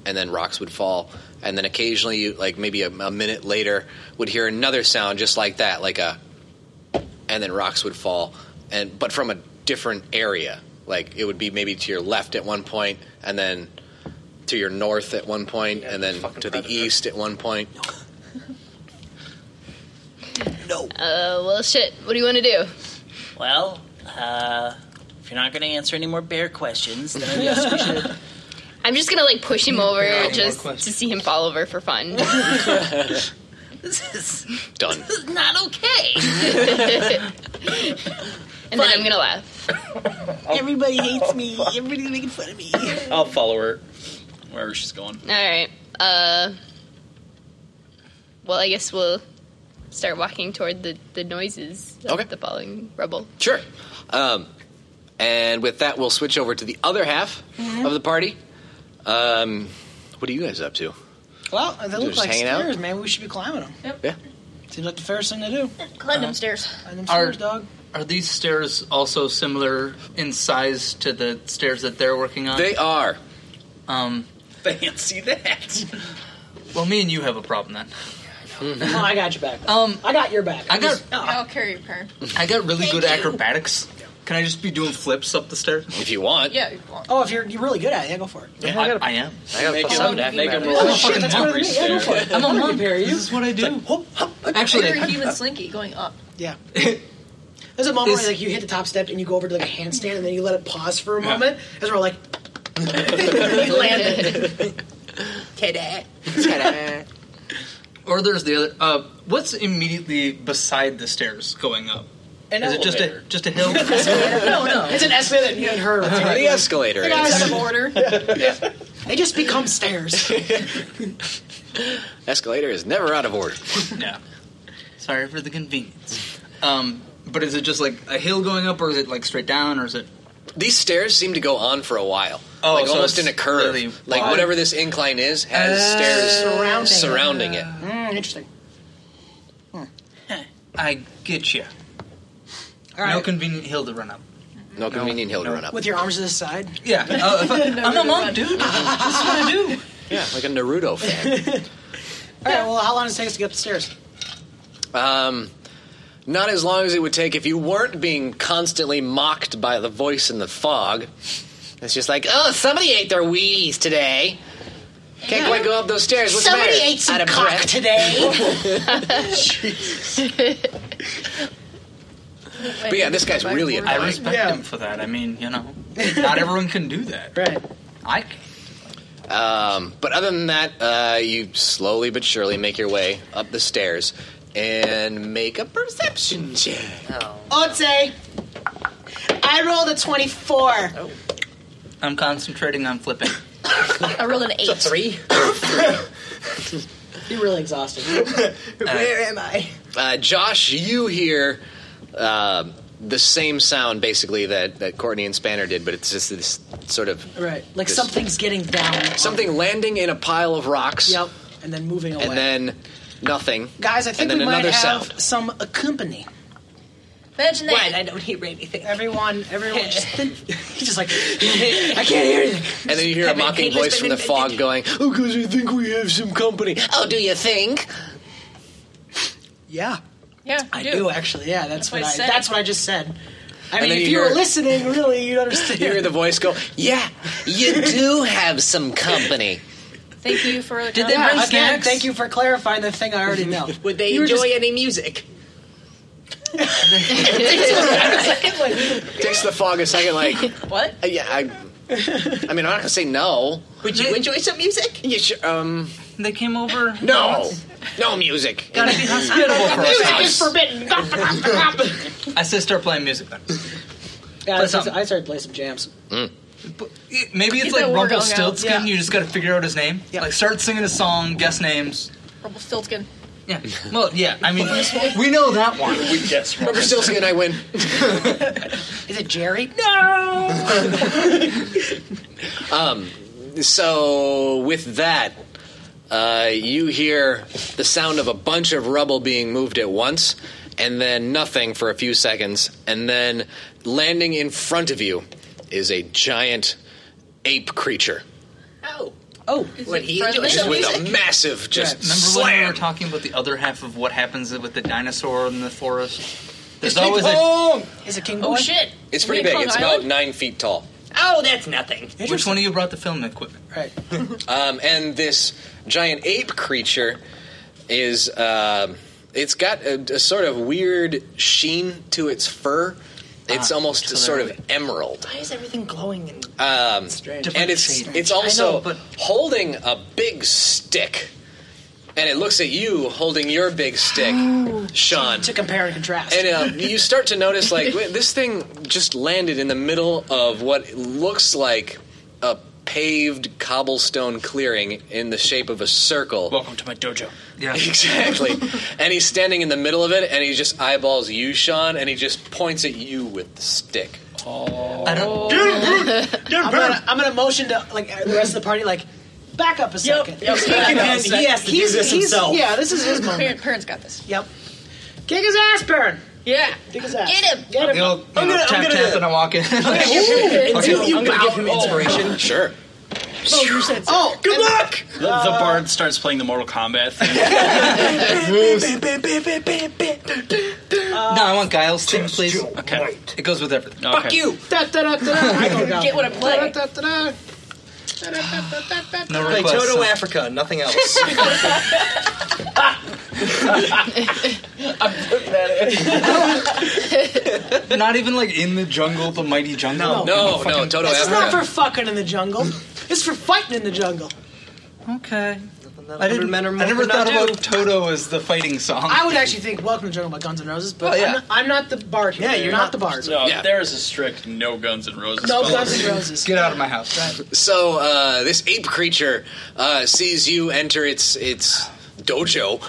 and then rocks would fall, and then occasionally, you, like maybe a, a minute later, would hear another sound just like that, like a, and then rocks would fall, and but from a different area. Like it would be maybe to your left at one point, and then to your north at one point, and then to the east at one point.
Uh, well, shit. What do you want to do?
Well, uh, if you're not going to answer any more bear questions, then I guess we should.
I'm just gonna like push him over
Yeah, more
just to see him fall over for fun.
This is,
Done.
this is not okay.
and then I'm gonna laugh.
Everybody hates me. Everybody's making fun of me.
I'll follow her wherever she's going.
All right. Uh. Well, I guess we'll start walking toward the the noises of the falling rubble.
Sure. Um, and with that, we'll switch over to the other half
Mhm.
of the party. Um, what are you guys up to?
Well, they look
Just
like
hanging out?
stairs, man. We should be climbing them.
Yeah.
Seems like the fairest thing to do.
Climb them stairs.
Climb them
Are-
stairs, dog.
Are these stairs also similar in size to the stairs that they're working on?
They are.
Um,
Fancy that.
well, me and you have a problem then.
Oh, I got your back.
Um,
I got your back.
I got-
Ah.
I'll carry your car.
I got really
Thank
good
you.
acrobatics. Can I just be doing flips up the stairs?
If you want.
Yeah.
Oh, if you're, you're really good at it, yeah, go for it.
Yeah, I, I am.
I gotta Make put him- some down. make him
I'm
roll.
a
Shit,
fucking
that's
monk.
better than me. Yeah, go for
I'm
it.
a
I'm gonna
monk.
compare you.
This is what I do.
Actually,
Actually,
you're a human slinky going up.
Yeah. There's a moment
This-
where like you hit the top step and you go over to like a handstand and then you let it pause for a moment as we're like you landed.
or there's the other. Uh, what's immediately beside the stairs going up?
An
is it just a just a hill?
no, no. It's an escalator that you had heard.
The escalator
Hey,
is-
guys. Out of order. They just become stairs.
Escalator is never out of order.
no. Sorry for the convenience. Um, but is it just like a hill going up, or is it like straight down, or is it?
These stairs seem to go on for a while.
Oh,
like
so
almost
it's
in a curve.
really
like
wide.
whatever this incline is has
Uh,
stairs
Oh.
surrounding.
surrounding it.
Mm, interesting.
I get you. No convenient hill to run up.
No convenient hill to run up.
With your arms to the side.
Yeah. Uh, if I- I'm a monk, dude. That's what I do.
Yeah, like a Naruto fan.
All right. Well, how long does it take us to get up the stairs?
Um, not as long as it would take if you weren't being constantly mocked by the voice in the fog. It's just like, oh, somebody ate their Wheaties today. Can't quite go up those stairs. What's the
Somebody
matter?
ate some
Out of
cock
breath.
today.
But yeah, this guy's really annoying.
I respect him for that. I mean, you know, not everyone can do that.
Right.
I can.
Um, but other than that, uh, you slowly but surely make your way up the stairs and make a perception check.
Otse. I rolled a 24.
I'm concentrating on flipping.
I rolled an 8.
three.
You're really exhausted. Where am I?
Uh, Josh, you hear uh, the same sound basically that, that Courtney and Spanner did, but it's just this sort of
Right. Like
This-
something's getting down.
something landing in a pile of rocks.
Yep. And then moving away.
And then nothing.
Guys, I think
and then
we might
another
have
sound.
some uh, company.
Imagine
that.
I don't hear anything.
Everyone, everyone, just he's just like, I can't hear anything.
And then you hear a mocking voice from the fog going, Oh, because I think we have some company. Oh, do you think?
Yeah,
yeah,
I do. actually. Yeah, that's,
That's
what,
what I
I.
said.
That's what I just said. I
And
mean,
then
if
you
you were
hear-
listening, really, you'd understand.
You hear the voice go, Yeah, you do have some company.
Thank you for the
Did they bring again, Thank you for clarifying the thing I already know.
Would they
You were
enjoy
just-
any music?
Takes the fog a second, like,
What?
uh, Yeah, I, I mean, I'm not going to say no.
Would you enjoy some music?
Yeah, sure. Um,
They came over.
No! No music.
Gotta be hospitable for
Music
us.
is forbidden.
I said start playing music then.
Yeah, I
Play
started
something.
I started playing some jams.
Maybe it's
Get
like
that word out.
Rumpelstiltskin.
Yeah.
You just got to figure out his name. Like start singing a song, guess names.
Rumpelstiltskin.
Yeah. Well, yeah. I mean, we know that one. We guess.
Rumpelstiltskin, I win.
Is it Jerry? No.
Um, so with that, uh, you hear the sound of a bunch of rubble being moved at once, and then nothing for a few seconds, and then landing in front of you is a giant ape creature,
Oh.
Oh.
Would he
friendly?
enjoy
just
some
with
music?
a massive, just
Remember when we were talking about the other half of what happens with the dinosaur in the forest? There's always a.
oh, Is it King
Oh,
Boy?
shit.
It's
Are
pretty
we in
big.
Kong
It's about
Island?
nine feet tall.
Oh, that's nothing.
Which one of you brought the film equipment?
Right.
Um, and this giant ape creature is. um it's got a, a sort of weird sheen to its fur. It's
Ah,
almost
so
sort
there
of emerald.
Why is everything glowing and
Um,
Strange.
and
Different
it's
shade.
it's
I
also
know, but-
holding a big stick. And it looks at you holding your big stick, Sean.
To compare and contrast.
And uh, you start to notice like wait, this thing just landed in the middle of what looks like a paved cobblestone clearing in the shape of a circle.
Welcome to my dojo.
Yeah.
Exactly. and he's standing in the middle of it and he just eyeballs you, Sean, and he just points at you with the stick.
I don't.
I'm gonna, I'm gonna motion to like the rest of the party, like back up a second.
yep, He back can- up a he second. has to do
he's,
this
he's-
himself.
Yeah, this is his
Parent,
moment.
parents got this.
Yep. Kick his ass, Baron. Yeah. Kick his ass.
Get him.
Get him.
The old, you
I'm
know,
gonna- I'm
tap
gonna-
tap, and I walk in.
you, you gonna give him inspiration? Sure.
Oh, you said oh good luck.
The, the bard starts playing the Mortal Kombat thing.
Uh,
no, I want Giles thing, please. Okay. It goes with everything.
Fuck you. Da, da, da, da, da. I don't know.
Get what I play.
Da, da, da, da.
No
Play
requests.
Toto
Africa, nothing else. Not even like in the jungle, the mighty jungle.
No, no,
Fucking-
Toto
This is not
Africa.
for fucking in the jungle. This is for fighting in the jungle.
Okay. I
I
didn't.
men are
I never
more than
thought
I do.
about Toto as the fighting song.
I would actually think "Welcome to the Jungle" by Guns N' Roses, but
Well, Oh, yeah.
I'm, not, I'm not the bard. Here.
Yeah,
you're
you're
not the bard.
No, there is a strict no Guns and Roses.
No
policy.
Guns N' Roses.
Get out of my house.
So uh, this ape creature uh, sees you enter its its dojo,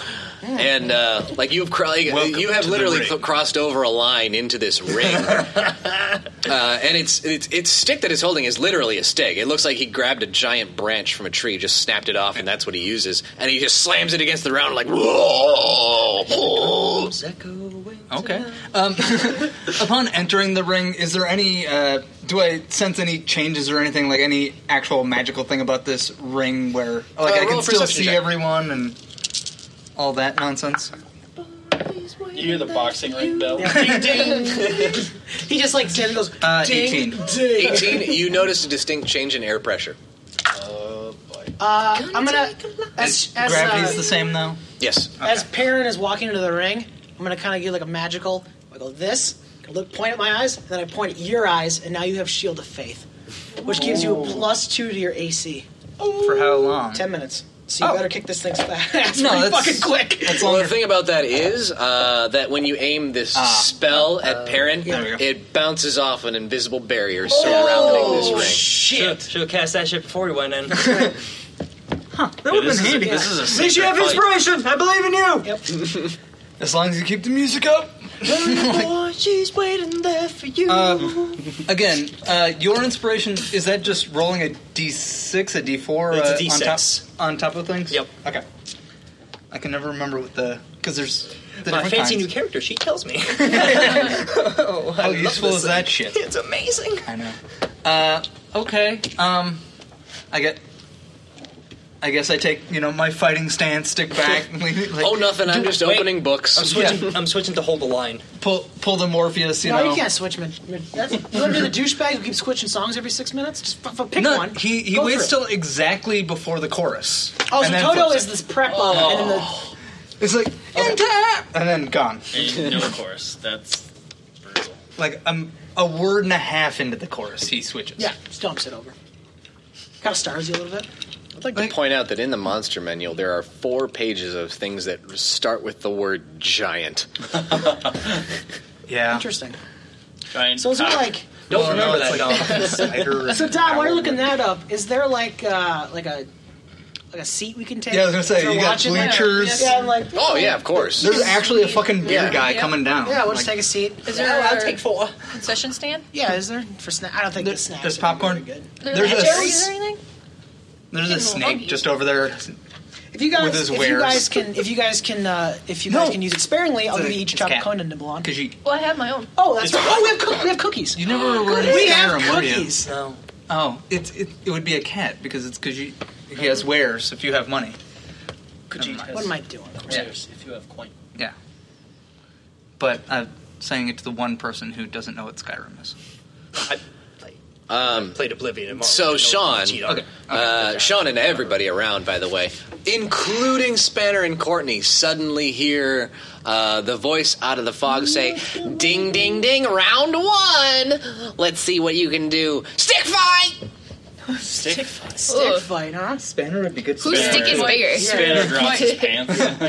and uh, like you've cr- like,
Welcome
you have
to the
literally
ring.
cl- crossed over a line into this ring, uh, and it's it's its stick that it's holding is literally a stick. It looks like he grabbed a giant branch from a tree, just snapped it off, and that's what he uses. And he just slams it against the ground like. Whoa!
Okay. Um, upon entering the ring, is there any? Uh, do I sense any changes or anything like any actual magical thing about this ring where like I
Uh, roll
can still
a
see
perception check.
everyone and all that nonsense?
You hear the boxing ring bell?
Ding, ding. he just like stands and goes.
Uh,
ding,
18.
Ding.
18, you notice a distinct change in air pressure.
Oh,
Uh, I'm gonna as as
Gravity's
uh,
the same though.
Yes.
as Perrin is walking into the ring. I'm gonna kind of give like a magical. I go this. I Look, point at my eyes, and then I point at your eyes, and now you have Shield of Faith, which gives you a plus two to your AC.
For how long?
Ten minutes. So you
Oh.
better kick this thing's ass
No,
pretty
that's-
fucking quick.
That's
Well,
longer.
the thing about that is uh, that when you aim this spell at Perrin,
Uh, There we go.
it bounces off an invisible barrier surrounding this ring.
Shit. Should have cast that shit before we went in.
That would have
this
been
is a-
handy.
this is a
They should
secret
have
fight.
inspiration. I believe in you.
As long as you keep the music up.
Oh, she's waiting there for you.
Uh, again, uh, your inspiration is that just rolling a d6, a d4
It's a
uh,
D6.
on top on top of things.
Yep.
Okay. I can never remember what the because there's the
My
different
fancy
kinds.
new character. She tells me. oh, I
How
love
useful
this
is
thing.
that shit?
It's amazing.
I know. Uh, okay. Um, I get. I guess I take you know my fighting stance, stick back, like,
Oh, nothing. I'm just opening books.
I'm switching. I'm switching to hold the line.
pull pull the Morpheus. You
no,
know.
you can't switch mid. mid that's, you want to be the douchebag who keeps switching songs every six minutes? Just f- f- pick
No,
one.
he he
Go
waits
through.
till exactly before the chorus.
Oh, so
and then
Toto
flips
is
it.
this prep on, and then the,
Oh. It's like "In time!" and then gone.
And no chorus. That's brutal.
Like um, a word and a half into the chorus, he switches.
yeah, just dumps it over. Kind of stars you a little bit.
I'd like to point out that in the monster manual, there are four pages of things that start with the word giant.
yeah.
Interesting.
Giant
So is there
cock.
like?
Don't
Well,
remember
no,
that.
it's like cider
So
and
Don, while you're
owl.
looking that up, is there like uh, like a like a seat we can take?
Yeah, I was gonna say,
As we're
you got
watching it?
bleachers.
Yeah, I'm like,
Oh, yeah, of course.
There's actually a fucking beer
Yeah.
guy
Yeah.
coming down.
yeah, we'll just
Like,
take a seat.
Is
Oh,
there
I'll
a
take four.
concession stand?
Yeah, is there for snack? I don't think the snacks.
There's
are gonna be
popcorn.
very good.
There's a,
Cherries or
s-
anything?
there's a snake just over there.
If you
With
guys,
his
if you
wares.
guys can, if you guys can, uh, if you
No.
guys can use it sparingly, I'll
It's a-
give you each
it's a
chop
cat.
of coin to nibble on.
Cause you,
Well, I have my own.
Oh, that's right. Oh, we have, cook we have cookies.
you never were in
we
Skyrim,
have
were you?
cookies.
No.
Oh, it, it it would be a cat because it's because you he has wares if you have money.
Could you
Never
test
What am I doing?
Cheers, if you have coin?
Yeah. But I'm saying it to the one person who doesn't know what Skyrim is.
Um,
Played Oblivion. Tomorrow.
So, Sean-
Okay.
uh, Sean and everybody around, by the way, including Spanner and Courtney, suddenly hear uh, the voice out of the fog say,
Ding, ding, ding, round one. Let's see what you can do. Stick fight!
Stick
Stick
Ugh.
fight, huh?
Spanner would be good.
Whose
Spanner.
stick is bigger?
Spanner drops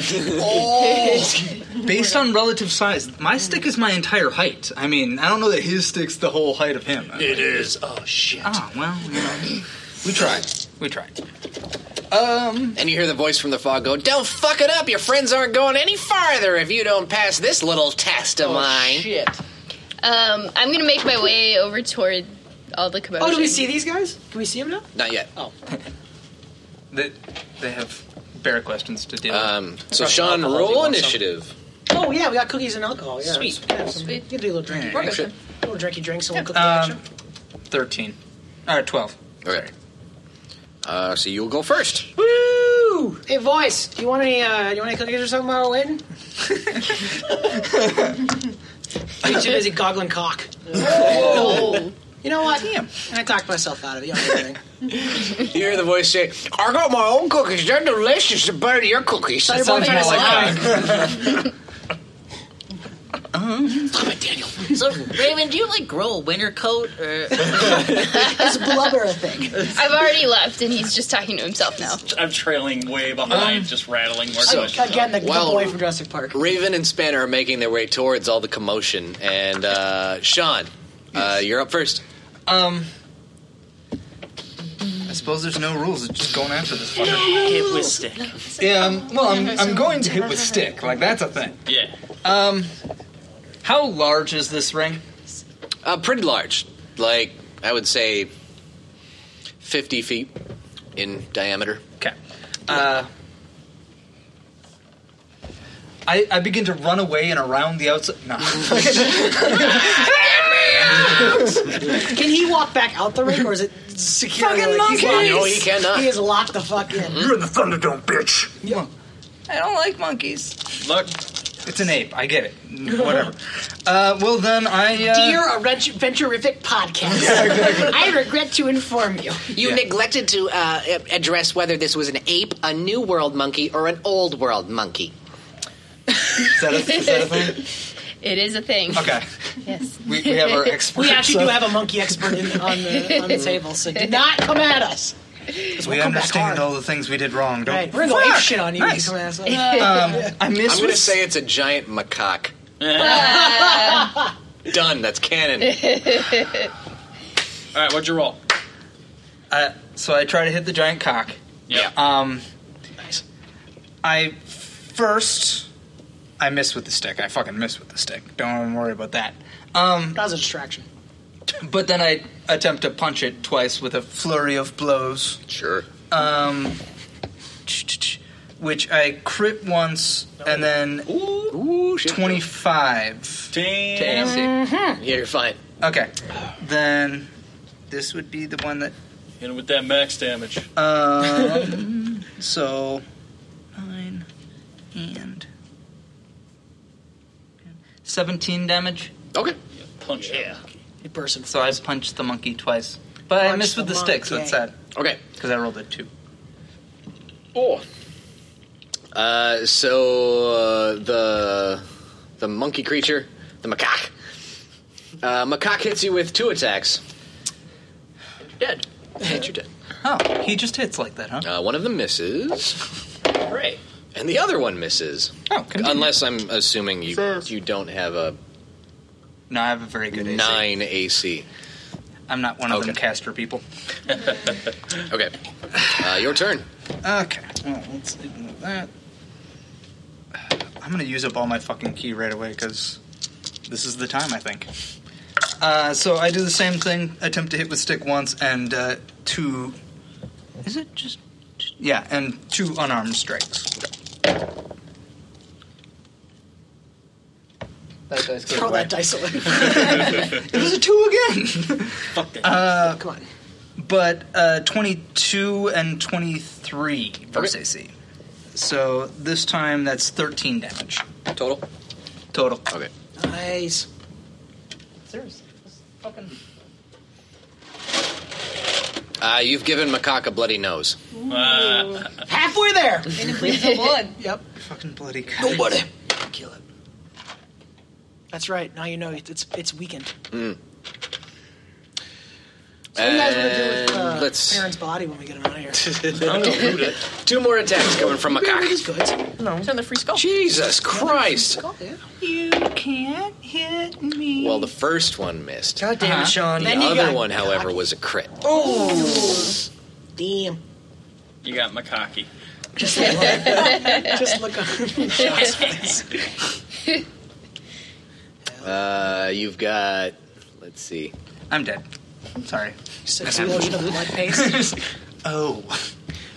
his pants.
Based on relative size, my stick is my entire height. I mean, I don't know that his stick's the whole height of him.
It is. Oh shit.
Ah, well, you know. We tried. We tried. Um,
and you hear the voice from the fog go, Don't fuck it up. Your friends aren't going any farther if you don't pass this little test of mine.
Shit.
Um, I'm gonna make my way over toward all the commotion.
Oh, do we see these guys? Can we see them now?
Not yet.
they, they have bear questions to deal with.
Uh,
Um, so Sean, roll initiative.
Oh, Oh yeah, we got cookies and alcohol. Yeah,
Sweet.
let's have some- You can do a little drinky.
We're good.
drink. A little drinky drinks. A little cookie
Um,
action.
thirteen. All right, twelve.
Okay. Uh, so you'll go first.
Woo! Hey, voice. Do you want any? Uh, you want any cookies or something while we're waiting? You're too busy goggling cock. You know what? Damn. And I talked myself out of it. You don't need
You hear the voice say, I got my own cookies. They're delicious compared to your cookies.
That sounds kinda
uh,
Stop it, Daniel. So, Raven, do you like grow a winter coat or?
it's blubber a thing.
I've already left, and he's just talking to himself now.
I'm trailing way behind, just rattling more
so-
questions.
Again, the,
Well-
the boy from Jurassic Park.
Raven and Spanner are making their way towards all the commotion. And uh, Sean, uh, you're up first.
Um, I suppose there's no rules. It's just going after this fucker.
Hit with stick.
Yeah. Um, well, I'm, I'm going to hit with stick. Like that's a thing.
Yeah.
Um, how large is this ring?
Uh, pretty large. Like, I would say 50 feet in diameter.
Okay.
Uh, I, I begin to run away and around the outside. No.
Can he walk back out the ring, or is it secure?
Fucking
like, he's
monkeys!
Oh,
locked-
No, he cannot.
He is locked the fuck in.
Mm-hmm. You're in the Thunderdome, bitch. Yeah.
I don't like monkeys.
Look,
it's an ape. I get it. Whatever. Uh, well, then I. Uh,
Dear Advent- Venturific Podcast, I regret to inform you.
You neglected to uh, address whether this was an ape, a new world monkey, or an old world monkey.
Is that a, is that a thing?
It is a thing.
Okay.
Yes.
We, we have our expert.
We actually do
so-
have a monkey expert in, on, the, on the table, so do not come at us.
We understand all the things we did wrong. Don't
Right, we're gonna go ape
Fuck!
shit on you. when you
Nice.
Come at us.
Um, I miss
I'm going to
with-
say it's a giant macaque. Done. That's canon.
That's
All right, what'd you roll?
Uh, so I try to hit the giant cock.
Yeah.
Um, I first I miss with the stick. I fucking miss with the stick. Don't even worry about that. Um,
that was a distraction.
But then I attempt to punch it twice with a flurry of blows.
Sure.
Um, which I crit once and then twenty-five to AMC.
Yeah, you're fine.
Okay, then this would be the one that
And with that max damage.
Um, so nine and seventeen damage.
Okay.
punch. Yeah.
It bursts.
So I punched the monkey twice, but I
Punch
missed with
the
the stick, so it's
monkey.
sad.
Okay.
Because I rolled a two.
Oh.
Uh, so uh, the the monkey creature, the macaque. Uh, macaque hits you with two attacks. Dead. And you're dead.
Oh, he just hits like that, huh?
Uh, one of them misses,
Hooray.
and the other one misses.
Oh,
unless I'm assuming you you don't have a
no, I have a very good AC.
nine AC.
I'm not one of them caster people.
Okay, uh, your turn.
Okay, well, let's ignore that. I'm gonna use up all my fucking key right away because this is the time, I think. Uh, so I do the same thing, attempt to hit with stick once, and uh, two. Is it just. Yeah, and two unarmed strikes. That dice
Throw that dice away.
it was a two again! Fuck
that.
Uh,
Come on.
But uh, 22 and 23 versus AC. So this time that's 13 damage.
Total?
Total.
Okay.
Nice.
Seriously. Fucking.
Uh, you've given macaque a bloody nose.
Halfway there.
And it bleeds the blood.
Yep.
Fucking bloody guy.
Nobody.
Kill it. That's right. Now you know it- it's it's weakened.
Mm.
So what do you guys want to do with
And
uh,
let's-
Aaron's body when we get him out of here?
Two more attacks coming from macaque.
No.
It's on the free skull.
Jesus Christ!
You can't hit me.
Well, the first one missed.
God damn it, Uh-huh. Sean.
The
Then you
other
got-
one, however, was a crit.
Oh. Damn.
You got Makaki.
Just look, just look on Sean's face.
Uh, you've got. Let's see.
I'm dead. Sorry.
Six lotion of blood paste.
oh.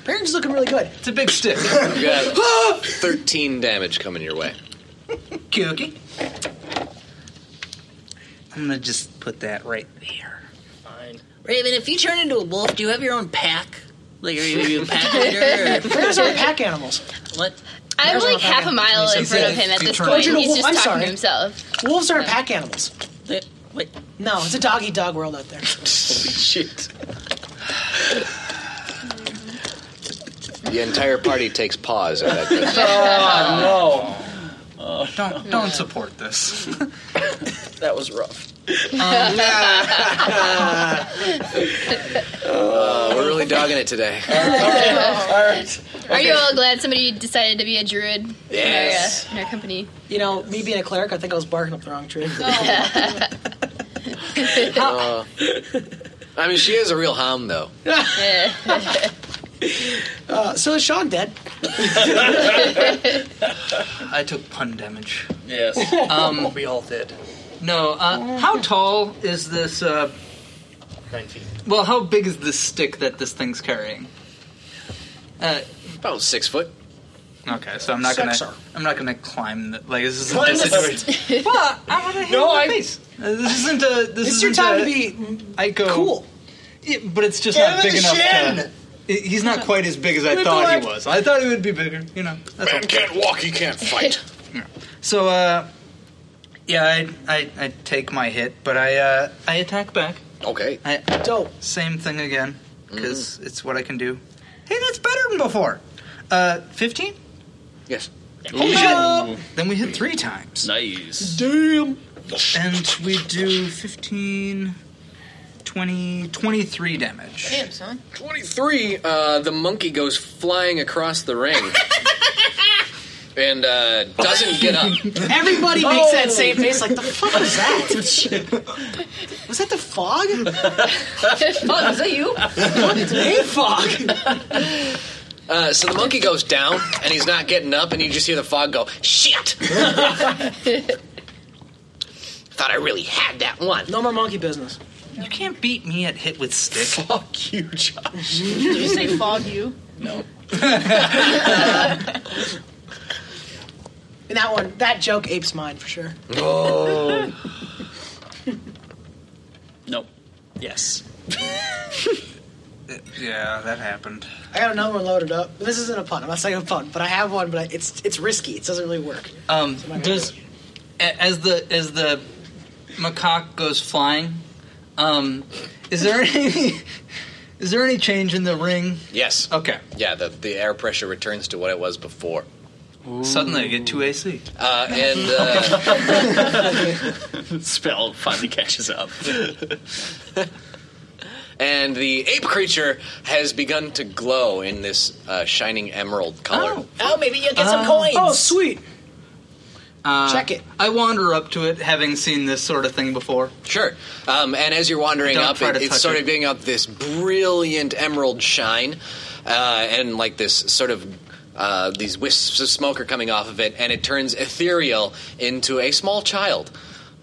Parents looking really good.
It's a big stick.
Ah!
You've got 13 damage coming your way.
Cookie. I'm gonna just put that right there.
Fine.
Raven, if you turn into a wolf, do you have your own pack? Like, are you, are you a pack leader? Or...
Bears are pack animals.
What?
I'm
Bears are
like
pack
half a
animals.
mile in front of him at this point.
Orchard of
He's
Wolf-
just
I'm
talking
sorry.
to himself.
Wolves are pack animals.
They- Wait.
No, it's a dog eat dog world out there.
Holy shit. The entire party takes pause at that.
Oh no! don't don't support this.
That was rough.
Uh, we're really dogging it today.
Are you all glad somebody decided to be a druid
Yes.
in, our, uh, in our company?
You know, me being a cleric, I think I was barking up the wrong tree.
Uh, I mean, she is a real hom though.
Uh, so is Sean dead?
I took pun damage.
Yes.
Um,
we all did.
No. Uh, how tall is this? Uh,
Nine feet.
well, how big is this stick that this thing's carrying? Uh,
About six foot.
Okay, so I'm not gonna.
Sexer.
I'm not gonna climb. The, like this is a
Climb the-
disadvantage. well, I want to hit
No,
no,
I-
face. Uh, this isn't a. This
It's
isn't
your time
a,
to be
I go
cool.
Yeah, but it's just
Give
not
him
big
the
enough.
shin!
To, he- he's not quite as big as
It'd
I
be
thought
like-
he was. I thought he would be bigger. You know. That's all.
can't walk, he can't fight.
So, uh, yeah, I, I I take my hit, but I uh, I attack back.
Okay.
I,
Dope. Mm-hmm.
Same thing again, because it's what I can do. Hey, that's better than before. Uh, fifteen.
Yes.
Holy shit! Then we hit three times.
Nice.
Damn. And we do 15, 20, 23 damage.
Damn, son.
23, uh, the monkey goes flying across the ring. and uh, doesn't get up.
Everybody
Oh.
makes that same face like, the fuck was that? was that the fog?
Fog, was that you?
hey, fog.
Uh, so the monkey goes down, and he's not getting up, and you just hear the fog go, shit! Thought I really had that one.
No more monkey business.
You can't beat me at hit with stick.
Fuck you, Josh.
Did you say fog you?
And that one, that joke apes mine for sure.
Oh.
Nope.
Yes.
Uh, Yeah, that happened.
I got another one loaded up. This isn't a pun. I'm not saying a pun, but I have one, but I, it's it's risky. It doesn't really work.
Um, does a- as the as the macaque goes flying, um, is there any is there any change in the ring?
Yes.
Okay.
Yeah, the, the air pressure returns to what it was before.
Suddenly I get two AC.
Uh, and uh,
Spell finally catches up.
and the ape creature has begun to glow in this uh, shining emerald color.
Oh, maybe you'll get some
Uh,
coins.
Oh, sweet.
Uh,
Check it.
I wander up to it, having seen this sort of thing before.
Sure. Um, and as you're wandering
Don't
up,
try
it,
to
it's
touch
sort
it.
of getting out this brilliant emerald shine, uh, and like this sort of uh, these wisps of smoke are coming off of it, and it turns ethereal into a small child.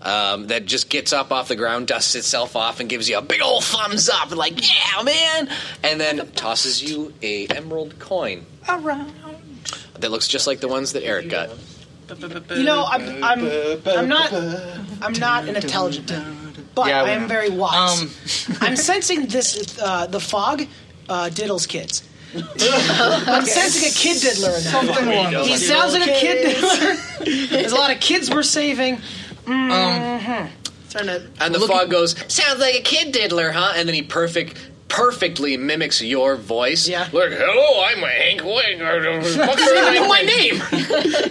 Um, that just gets up off the ground, dusts itself off, and gives you a big old thumbs up, like "Yeah, man!" And then tosses you a emerald coin
Around.
that looks just like the ones that Eric got.
You know, I'm I'm I'm not I'm not an intelligent, man, but
Yeah, I
I am
know.
very wise.
Um,
I'm sensing this uh, the fog uh, diddles kids. I'm sensing a kid diddler in that.
something along those
He
lines.
sounds like a kid diddler. There's a lot of kids we're saving.
Um,
Trying to
And the fog goes, sounds like a kid diddler, huh? And then he perfect, perfectly mimics your voice.
Yeah.
Like, hello, I'm a Hank Wing. Fuck, you don't know my name.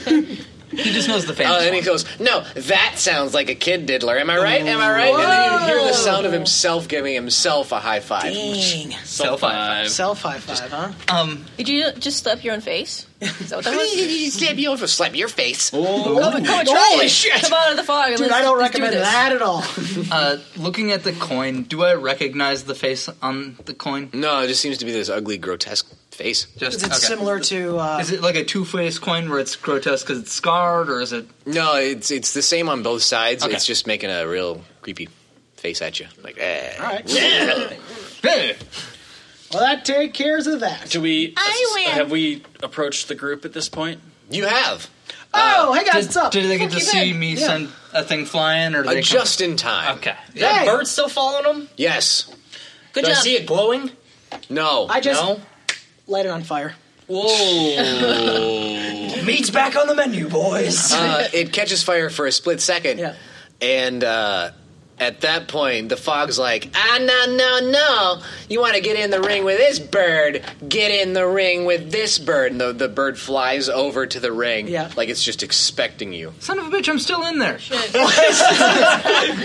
he just knows the
Oh,
Uh,
family.
and he goes, no, that sounds like a kid diddler. Am I right? Am I right? And then you hear the sound of himself giving himself a high five.
Self five.
self high five, huh?
um,
Did you just slap your own face? Is that what that was?
Slap you over, slap your face.
Come on, come on, try Holy it. shit! Come out of the fog.
Dude, I don't recommend that at all.
Uh, looking at the coin, do I recognize the face on the coin?
No, it just seems to be this ugly, grotesque face.
Just
Is it
okay.
similar to? Uh,
Is it like a two-faced coin where it's grotesque because it's scarred, or is it?
No, it's it's the same on both sides.
Okay.
It's just making a real creepy face at you. Like, eh.
all right. Well, that take cares of that.
Do we?
I win.
Have we approached the group at this point?
You have.
Oh, hey guys,
did,
what's up?
Did they get to
Fuck you,
see
man.
me
Yeah.
send a thing flying, or did
Uh,
they come-
just in time.
Okay.
Is that bird still following him?
Yes.
Good Do I job. see it glowing?
No.
I just
No?
light it on fire.
Whoa.
Meat's back on the menu, boys.
uh, it catches fire for a split second, and uh, at that point, the fog's like,
Ah, no, no, no. You want to get in the ring with this bird?
"Get in the ring with this bird." And the, the bird flies over to the ring,
Yeah.
like it's just expecting you.
Son of a bitch, I'm still in there.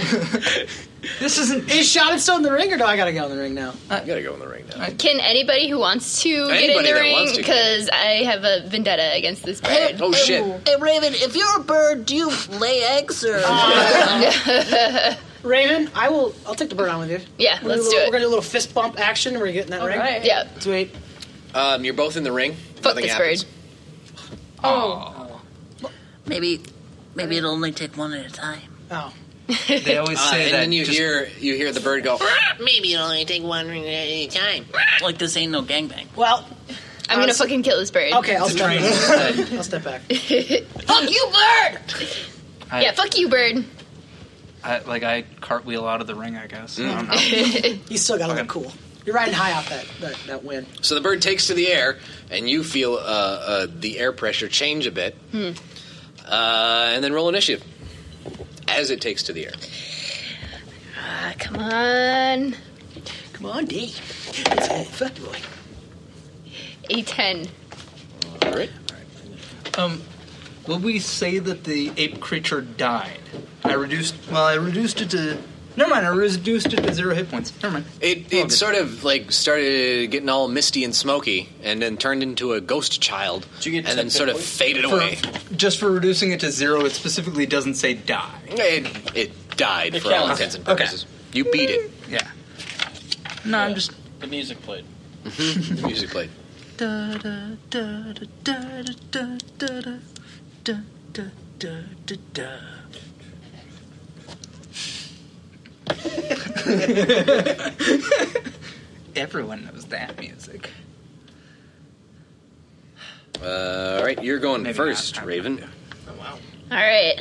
this isn't.
Is Shaman still in the ring, or do I gotta go in the ring now?
I gotta go in the ring now.
Can anybody who wants to get in
Anybody
the
that
ring?
wants to.
Because I have a vendetta against this bird.
oh shit!
Hey, Raven, if you're a bird, do you lay eggs or?
Raven, I will. I'll take the bird on with you.
Yeah,
We're gonna
let's
a
do
little-
it.
We're gonna do a little fist bump action. We're getting that ring.
right. Yeah.
Sweet.
Um, you're both in the ring.
Fuck
Nothing
this
happens.
Oh. Maybe, maybe it'll only take one at a time.
Oh.
They always
Uh,
say
and
that.
then you
just-
hear you hear the bird go.
Maybe it'll only take one ring at a time. Like this ain't no gangbang.
Well,
I'm gonna fucking kill this bird.
Okay, I'll step. I'll step back.
fuck you, bird.
I,
yeah, fuck you, bird.
I, like I cartwheel out of the ring, I guess. I don't know.
you still gotta look cool. You're riding high off that that, that win.
So the bird takes to the air, and you feel uh, uh, the air pressure change a bit,
Hmm.
uh, and then roll initiative as it takes to the air.
Ah, come on.
Come on, D. Let's go, fuck boy.
A ten.
All right.
Um, will we say that the ape creature died? I reduced. Well, I reduced it to. Never mind. I reduced it to zero hit points. Never mind.
Oh,
It it sort of like started getting all misty and smoky, and then turned into a ghost child, and then sort of faded
For-
away.
Just for reducing it to zero, it specifically doesn't say die.
It it died
It
for all
counts.
intents and
Okay.
purposes. You beat it.
Yeah. No, I'm just.
The music played.
the music played.
Da da da da da da da da da da da da da.
Everyone knows that music.
Uh, all right, you're going first, Raven.
All right.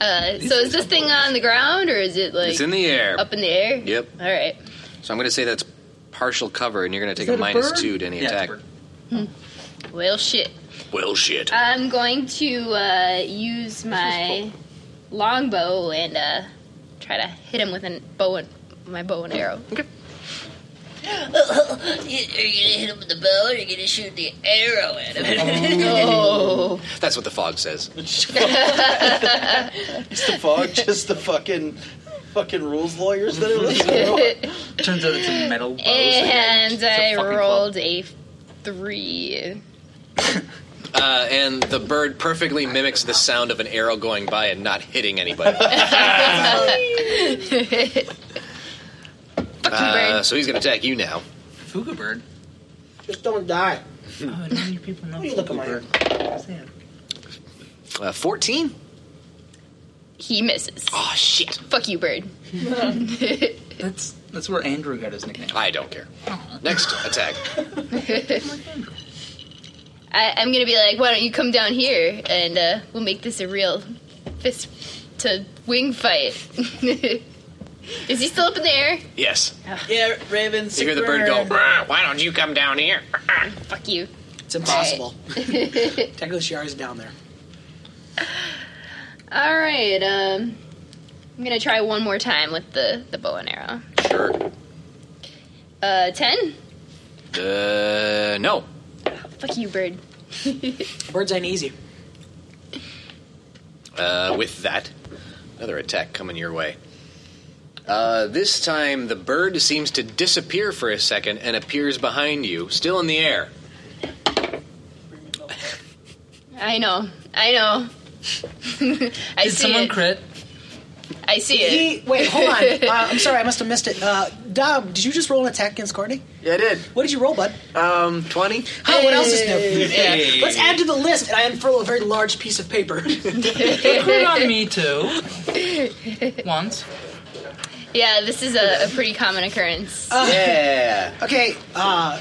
Uh, so is this thing on the ground or is it like
It's in the air.
Up in the air.
Yep.
All right.
So I'm going to say that's partial cover, and you're going to take
Is
a
that a
minus
bird?
two to any
Yeah, it's a
attack.
Well, shit.
Well, shit.
I'm going to uh, use my longbow and uh, try to hit him with a bow and my bow and arrow. Okay.
are you gonna hit him with the bow or are you gonna shoot the arrow at him?
Oh.
That's what the fog says.
It's the fog, just the fucking fucking rules lawyers that are listening.
Turns out it's a metal.
and I
fucking club.
rolled a three.
Uh, and the bird perfectly mimics the sound of an arrow going by and not hitting anybody. Uh, so he's going to attack you now.
Fuga bird.
Just don't die.
Oh, none of you people know.
What are you looking like?
Uh, 14?
He misses.
Oh shit!
Fuck you, bird.
That's that's where Andrew got his nickname.
I don't care. Next attack.
I, I'm gonna be like, why don't you come down here and uh, we'll make this a real fist to wing fight. Is he still up in the air?
Yes.
Yeah, Raven.
You hear the bird go, "Brr, why don't you come down here?
Fuck you.
It's impossible. Technically, Shiari's down there.
All right. Um, I'm gonna try one more time with the the bow and arrow.
Sure.
Uh, ten.
Uh, no.
Fuck you, bird.
Birds ain't easy.
Uh, with that, another attack coming your way. Uh, this time, the bird seems to disappear for a second and appears behind you, still in the air.
I know. I know. I see
someone
it.
crit?
I see it.
He, wait, hold on. Uh, I'm sorry, I must have missed it. Uh, Dom, did you just roll an attack against Courtney?
Yeah, I did.
What did you roll, bud?
Um, 20.
Huh, What else is new?
Hey.
Yeah. Let's add to the list, and I unfurl a very large piece of paper.
Crit on me too. Once.
yeah, this is a, a pretty common occurrence.
Uh, Yeah. Okay, uh,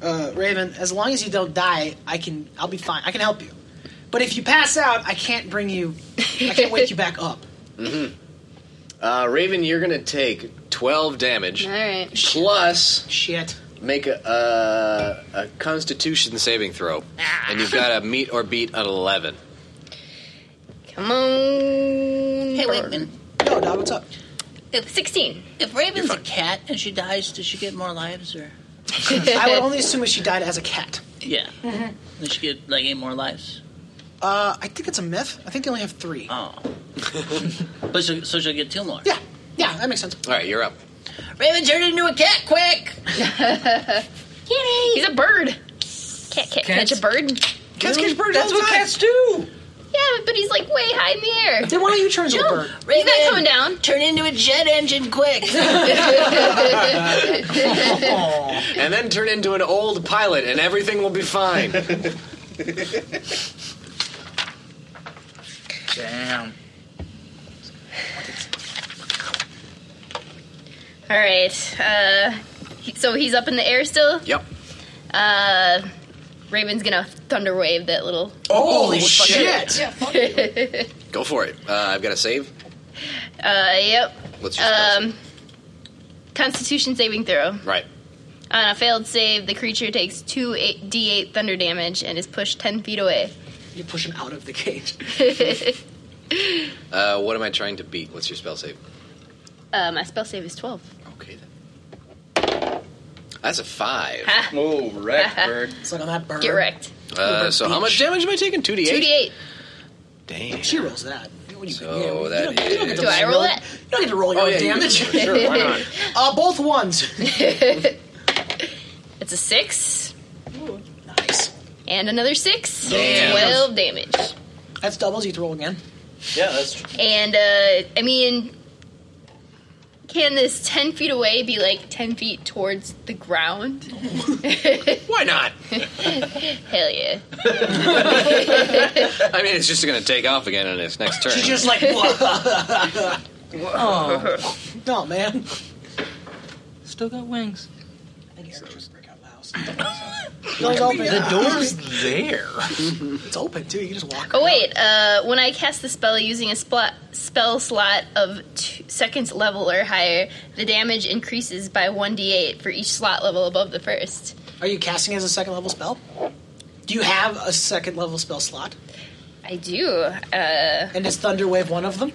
uh, Raven, as long as you don't die, I can. I'll be fine. I can help you. But if you pass out, I can't bring you. I can't wake you back up.
Mm-hmm. Uh, Raven, you're gonna take twelve damage.
All right.
Plus,
shit.
Make a, a, a Constitution saving throw, and you've got to meet or beat at eleven.
Come on.
Hey, wait a minute.
No, Dom, what's up?
If- 16.
If Raven's a cat and she dies, does she get more lives or?
I would only assume if she died as a cat.
Yeah. Does she get like eight more lives?
Uh, I think it's a myth. I think they only have three.
Oh. but she'll, so she'll get two more.
Yeah. Yeah, that makes sense.
All right, you're up.
Raven turned into a cat. Quick.
He's a bird. Cat, cat,
Cats-
catch a bird.
Cats catch birds
That's
all the
what
time.
cats
do.
Yeah, but he's like way high in the air.
Then why don't you turn
into a bird? He's not coming down.
Turn into a jet engine, quick.
and then turn into an old pilot, and everything will be fine.
Damn.
All right. Uh, he- so he's up in the air still.
Yep.
Uh, Raven's gonna thunder wave that little.
Holy
Fuck
shit.
it.
Go for it. Uh, I've got a save.
uh, yep.
What's your
Um, Constitution saving throw.
Right.
On a failed save, the creature takes two eight, d8 thunder damage and is pushed ten feet away.
You push him out of the cage.
Uh, what am I trying to beat? What's your spell save?
uh, my spell save is twelve.
Okay then. That's a five.
Ha.
Oh,
wreck, bird.
It's like on that bird.
Get wrecked.
Uh, so how much damage am I taking? Two d
Two
eight.
d8.
Damn.
She rolls that. What do you
So that
You don't get
is.
to
Do I roll
it?
it?
You don't get to roll your
Oh,
own
yeah, you-
damage.
sure, why not?
uh, both ones.
It's a six.
Nice.
And another six.
Damn.
Twelve damage.
That's doubles. You have to roll again.
Yeah, that's true.
And uh, I mean, can this ten feet away be like ten feet towards the ground?
Why not?
Hell yeah!
I mean, it's just going to take off again in its next turn.
She's just like, oh. no, man.
Still got wings.
Door's open.
The door's there.
It's open too. You can just walk.
Oh wait, uh, when I cast the spell using a spot, spell slot of two, seconds level or higher, the damage increases by one d8 for each slot level above the first.
Are you casting as a second level spell? Do you have a second level spell slot?
I do. Uh,
and is Thunderwave one of them?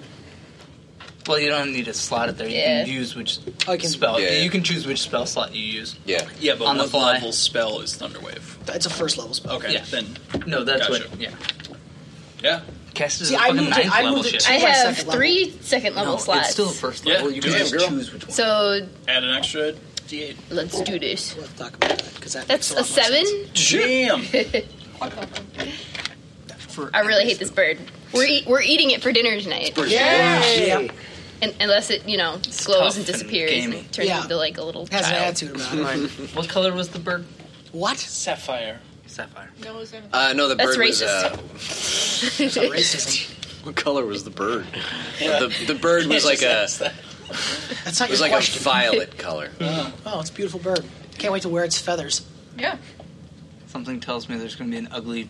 Well, you don't need to slot it there. You
Yeah.
can use which
I Oh, can-
spell.
Yeah.
You can choose which spell slot you use.
Yeah.
Yeah, but
On the
what
fly.
level spell is Thunderwave?
It's a first level spell.
Okay,
Yeah.
then.
No, that's
Gotcha.
what. Yeah.
Yeah.
Cast is
See,
a
I
fucking
moved it-
ninth
I
level
moved it
shit.
I have three second level
no,
slots.
It's still first level.
Yeah,
you can
damn,
just
girl.
choose which one.
so
Add an extra d8.
let's do this.
Let's talk about that because
That's a seven.
Jam.
I really hate this bird. We're eat, we're eating it for dinner tonight.
bird's Yeah. delicious. Yeah.
And, unless it, you know,
tough
glows and disappears and,
gamey.
turns
Yeah.
into like a little
Has an
child.
attitude about it. what color was the bird?
What?
Sapphire.
Sapphire.
No,
Uh, no, the
That's
bird was.
racist.
Uh, what color was the bird? The, the bird was like a.
That's not
It was
your
like
question.
a violet color.
Oh, it's a beautiful bird. Can't wait to wear its feathers.
Yeah.
Something tells me there's going to be an ugly.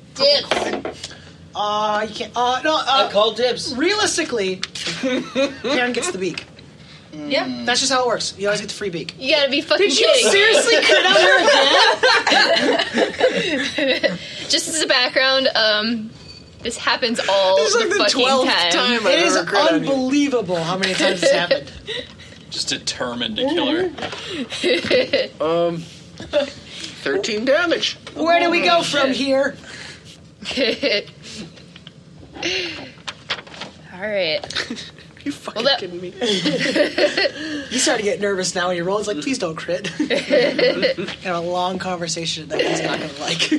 Uh, you can't. Uh, no. Uh, I call dibs. Realistically, Karen gets the beak.
Yeah.
That's just how it works. You always get the free beak.
You gotta be fucking
Did you
kidding.
seriously cut out
Just as a background, um, this happens all
This is like the
fucking
12th
time.
time I've It is ever crit on you. unbelievable how many times this happened.
Just determined to kill her.
Um, thirteen damage.
Where do we go from here?
All right.
you fucking kidding me? you start to get nervous now when you roll. It's like, please don't crit. and a long conversation that he's not going to like.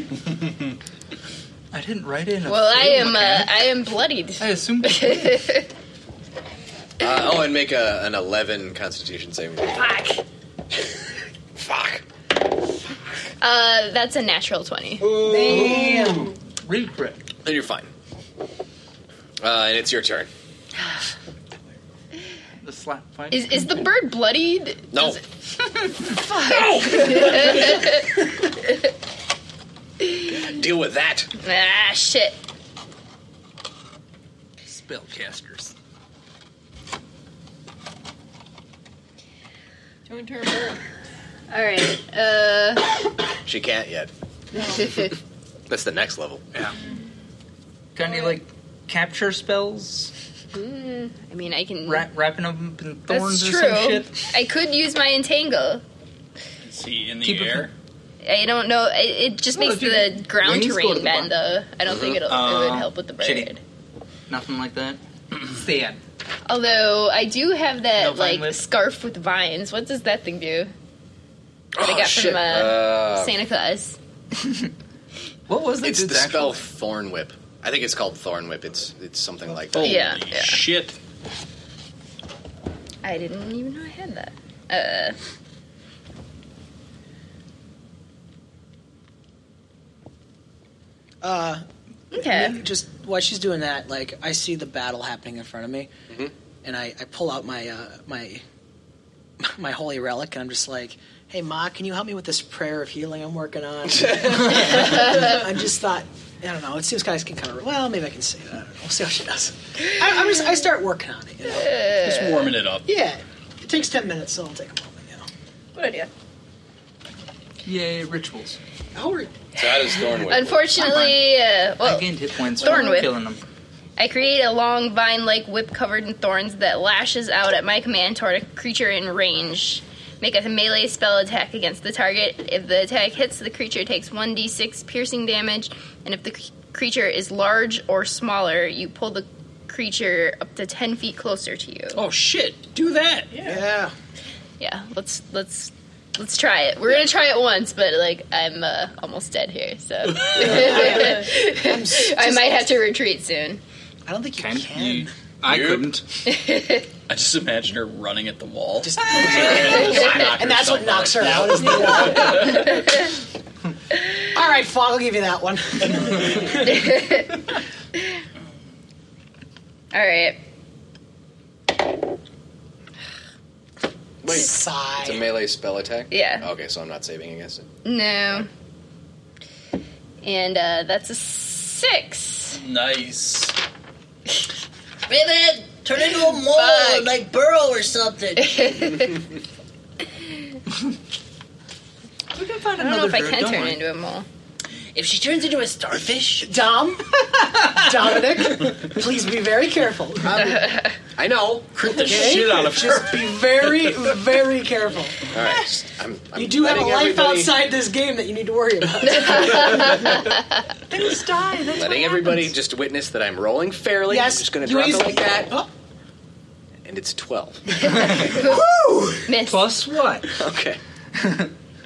I didn't write it in. A
Well, I
fail,
am. Uh,
man.
I am bloodied.
I assume.
Uh, oh, and make a, an eleven Constitution saving. throw.
Fuck.
Fuck.
Uh, that's a natural twenty.
Damn.
Regret.
Then you're fine. Uh, and it's your turn.
The slap fight.
Is is the bird bloodied?
No.
Fuck.
Deal with that.
ah shit.
spellcasters.
Turn turn bird. All right. Uh.
She can't yet. That's the next level. Yeah.
Got any like capture spells?
mm, I mean, I can.
Wrap, wrapping them up in thorns
that's
or
true.
some shit?
I could use my entangle.
See in the
Keep it-
air.
I don't know. It, it just
Well,
makes
if you
the
get
ground
wings, go to
terrain
the
bend, though. I don't think it'll, it would
Uh,
help with the bird.
shitty. Nothing like that. Sad.
Although I do have that
No vine
like
whip?
scarf with vines. What does that thing do? That I
Oh,
got
shit.
from uh,
Uh,
Santa Claus.
What was
It's the spell Thorn Whip. I think it's called Thorn Whip. It's it's something like that.
Holy Yeah. Yeah.
Shit.
I didn't even know I had that. Uh,
Uh,
Okay.
me- Just while she's doing that, like I see the battle happening in front of me, and I, I pull out my uh, my my holy relic, and I'm just like, "Hey, Ma, can you help me with this prayer of healing I'm working on?" I just thought, I don't know. It seems guys can kind of well, maybe I can say that. I don't know. We'll see how she does. I, I'm just I start working on it. You know?
Just warming it up.
Yeah, it takes ten minutes, so it'll take a moment.
Good idea.
Yay, rituals.
How are
So how does Thorn Whip? work?
unfortunately, uh, well,
I gained hit points
Thorn
from
whip.
killing them.
I create a long vine like whip covered in thorns that lashes out at my command toward a creature in range. Make a melee spell attack against the target. If the attack hits, the creature takes 1d6 piercing damage, and if the c- creature is large or smaller, you pull the creature up to 10 feet closer to you.
Oh shit! Do that.
Yeah.
Yeah, let's let's let's try it. We're gonna try it once, but like I'm uh, almost dead here, so I might have to retreat soon.
I don't think you
Can
can.
I couldn't. I just imagine her running at the wall.
and that's what knocks her out. Is the All right, Fog, I'll give you that one.
All right.
Wait,
Sigh.
It's a melee spell attack.
Yeah.
Okay, so I'm not saving against it.
No. And uh, that's a six.
Nice.
Ribbon, turn into a mole
Fuck.
or like burrow or something.
We can find I don't know
another
if I
bird,
can
don't
turn
worry.
into a mole.
If she turns into a starfish,
Dom, Dominic, please be very careful.
I know.
Crit
the shit out of her.
Just be very, very careful.
All right. I'm, I'm
you do have a
letting
life
everybody-
outside this game that you need to worry about. Things die. That's
Letting everybody just witness that I'm rolling fairly.
Yes,
I'm just going to
you
drop
easily-
it like that.
Oh.
And it's 12.
Woo!
Plus what?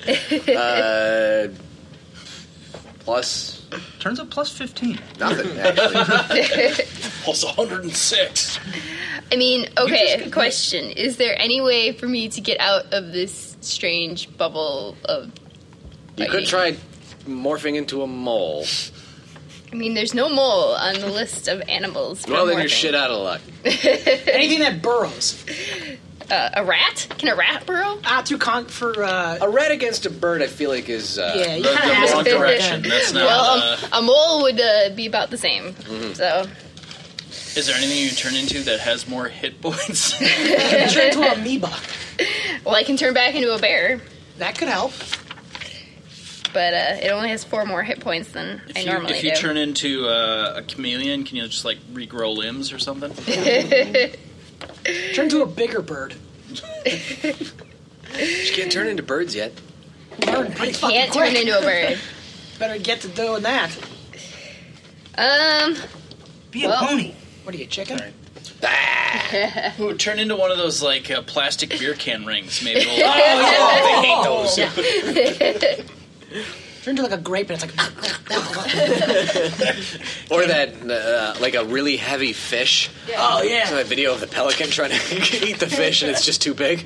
Okay. uh, plus
Turns up plus 15.
nothing, actually.
Plus 106.
I mean, okay, question. Is there any way for me to get out of this strange bubble of.
you could try morphing into a mole.
I mean, there's no mole on the list of animals. for
Well, then
morphing.
you're shit out of luck.
Anything that burrows.
Uh, a rat? Can a rat
Uh,
burrow?
Ah, too con for. Uh,
a rat against a bird, I feel like, is. Uh,
Yeah, you The- kinda the asked wrong it. direction.
That's not.
well,
uh,
um, a mole would uh, be about the same.
Mm-hmm.
Mhm.
So.
Is there anything you turn into that has more hit points?
turn into an amoeba.
Well, I can turn back into a bear.
That could help.
But uh, it only has four more hit points than
If
I
you,
normally
if you
do.
turn into uh, a chameleon, can you just like regrow limbs or something?
Turn into a bigger bird.
She can't turn into birds yet.
Learn pretty fucking
can't turn
quick.
into a bird.
Better get to doing that.
um.
Be
a Well- pony.
What are you, chicken?
Ooh, turn into one of those like uh, plastic beer can rings, maybe. It'll-
Oh,
they hate those.
Turn into like a grape, and it's like.
Or that, uh, like a really heavy fish.
Yeah. Oh, yeah.
So that video of the pelican trying to eat the fish and it's just too big.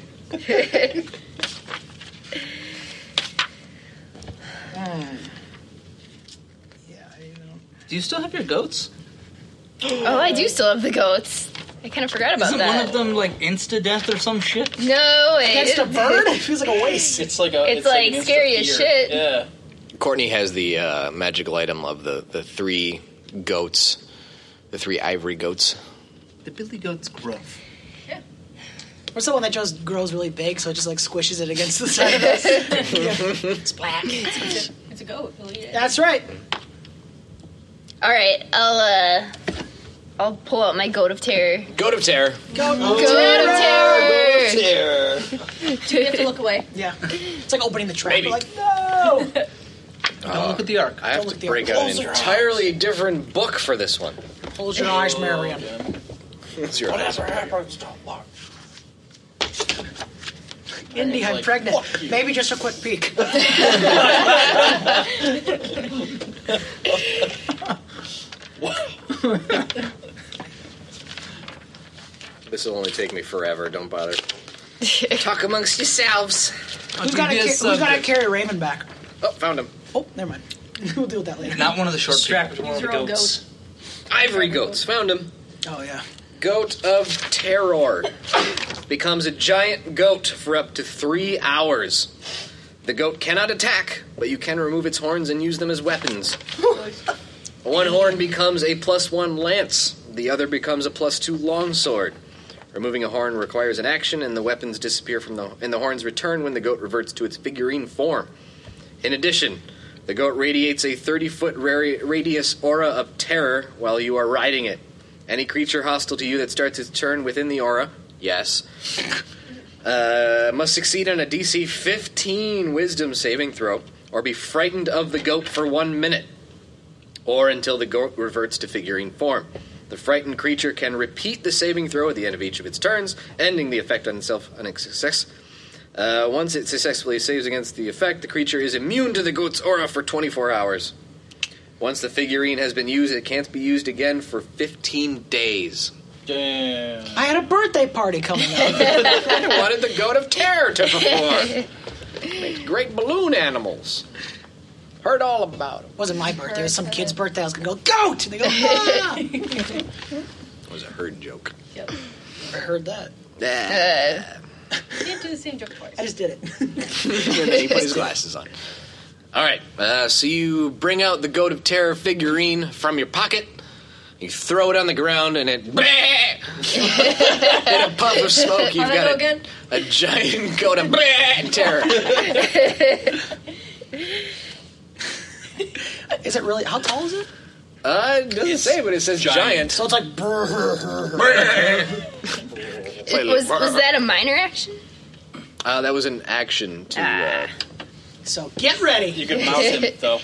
Do you still have your goats?
Oh, I do still have the goats. I kind of forgot about
Isn't
that.
one of them like insta death or some shit?
No, it,
Against a bird? It feels like a waste.
It's like
It's, like, scary as shit.
Yeah.
Courtney has the uh, magical item of the, the three goats, the three ivory goats.
The Billy Goat's Grove.
Or someone that just grows really big, so it just like squishes it against the side of us. Yeah. It's black.
It's a, it's a goat. He'll eat it.
That's right.
All right, I'll uh, I'll pull out my goat of terror.
Goat of Terror.
Goat
Goat of terror.
You have to look away.
Yeah. It's like opening the trap.
Maybe.
You're like, no!
Don't look at the arc. I have to
the
break
arc.
out
Close
an
your eyes.
entirely different book for this one.
Close your eyes, Marion.
Oh, It's your eyes.
happens, don't look. In behind pregnant. Maybe just a quick peek.
This will only take me forever. Don't bother.
Talk amongst yourselves.
Who's got to
Previous
who's gotta
subject.
carry Raven back?
Oh, found him.
Oh, never mind. we'll deal with that later.
Not one of the short strapped one of the
These are all
goats.
Ivory goats. Found him.
Oh yeah.
Goat of Terror becomes a giant goat for up to three hours. The goat cannot attack, but you can remove its horns and use them as weapons. One horn becomes a plus one lance, the other becomes a plus two longsword. Removing a horn requires an action, and the weapons disappear from the and the horns return when the goat reverts to its figurine form. In addition, the goat radiates a 30 foot rari- radius aura of terror while you are riding it. Any creature hostile to you that starts its turn within the aura, yes, uh, must succeed on a DC 15 wisdom saving throw or be frightened of the goat for one minute or until the goat reverts to figurine form. The frightened creature can repeat the saving throw at the end of each of its turns, ending the effect on itself on its success. Uh, once it successfully saves against the effect, the creature is immune to the goat's aura for 24 hours. Once the figurine has been used, it can't be used again for 15 days. Damn.
I had a birthday party coming up.
I wanted the goat of terror to perform. Makes great balloon animals. Heard all about it.
wasn't my birthday. It was some kid's birthday. I was gonna go goat. And they go. Ah!
It was a herd joke.
Yep.
I heard that.
You didn't do the same joke twice.
I just did it.
and then he put his glasses on. All right, uh, so you bring out the Goat of Terror figurine from your pocket. You throw it on the ground, and it in a puff of smoke. You've
How'd
got
I go
a,
again?
a giant goat of terror.
Is it really? How tall is it?
Uh, it doesn't say, but it says giant.
So it's like. brrrr.
Play a little
was was that a minor action?
Uh, that was an action to. Uh,
Ah.
So get ready. You
can mount him,
though.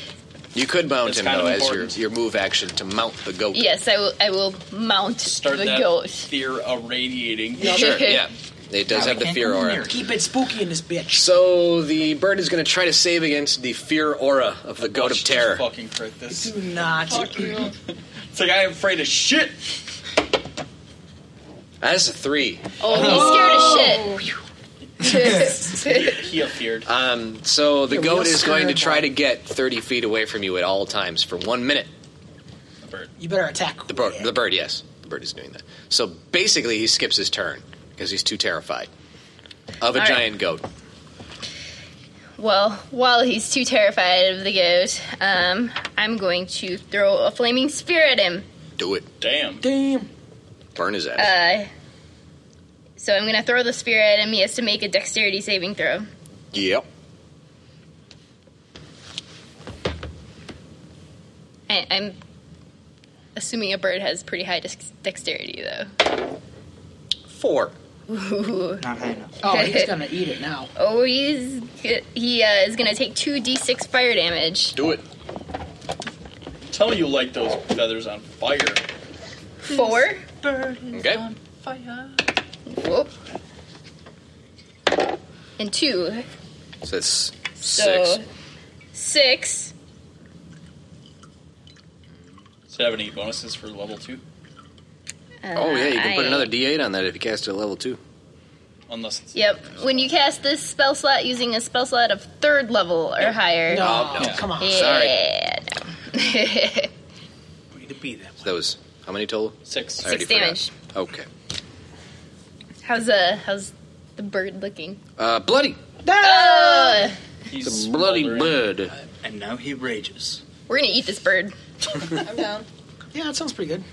You could mount
It's
him
kind of
though as your,
important.
your move action to mount the goat.
Yes, I will. I will mount
Start
the
that
goat.
fear irradiating.
Sure, yeah. It does have the fear aura.
Keep it spooky in this bitch.
So the bird is going to try to save against the fear aura of the goat of terror.
Fucking crit this.
Do not.
It's like I am afraid of shit.
That's a three.
Oh, he's scared of shit.
He appeared.
Uh,
Um, so the
You're
goat
real
is going to
scared,
try to get thirty feet away from you at all times for one minute.
You better attack.
The bird, the bird, yes, the bird is doing that. So basically, he skips his turn because he's too terrified of a
All right.
giant goat.
Well, while he's too terrified of the goat, um, I'm going to throw a flaming spear at him.
Do it.
Damn.
Damn.
Burn his ass.
Uh, so I'm going to throw the spear at him. He has to make a dexterity saving throw.
yep.
I, I'm assuming a bird has pretty high dex- dexterity, though.
Four.
Ooh.
Not high enough.
Oh, he's gonna eat it now.
Oh, he's he uh, is going to take two d6 fire damage.
Do it.
Tell you like those feathers on fire.
Four.
Okay.
um, Whoop. And two.
So that's
So
six.
six.
Does it have any bonuses for level two?
oh yeah, you can put
Uh, I-
another D eight on that if you cast it at level two.
Unless it's
Yep. When you cast this spell slot using a spell slot of third level or higher.
Oh, no.
Come on.
Sorry.
Yeah, no.
So that was how many total?
Six.
Six damage.
Okay.
How's uh how's the bird looking?
Uh, bloody. Uh,
Ugh!
He's the bloody bird.
And now he rages.
we're gonna eat this bird.
I'm down.
Uh. Yeah, that sounds pretty good.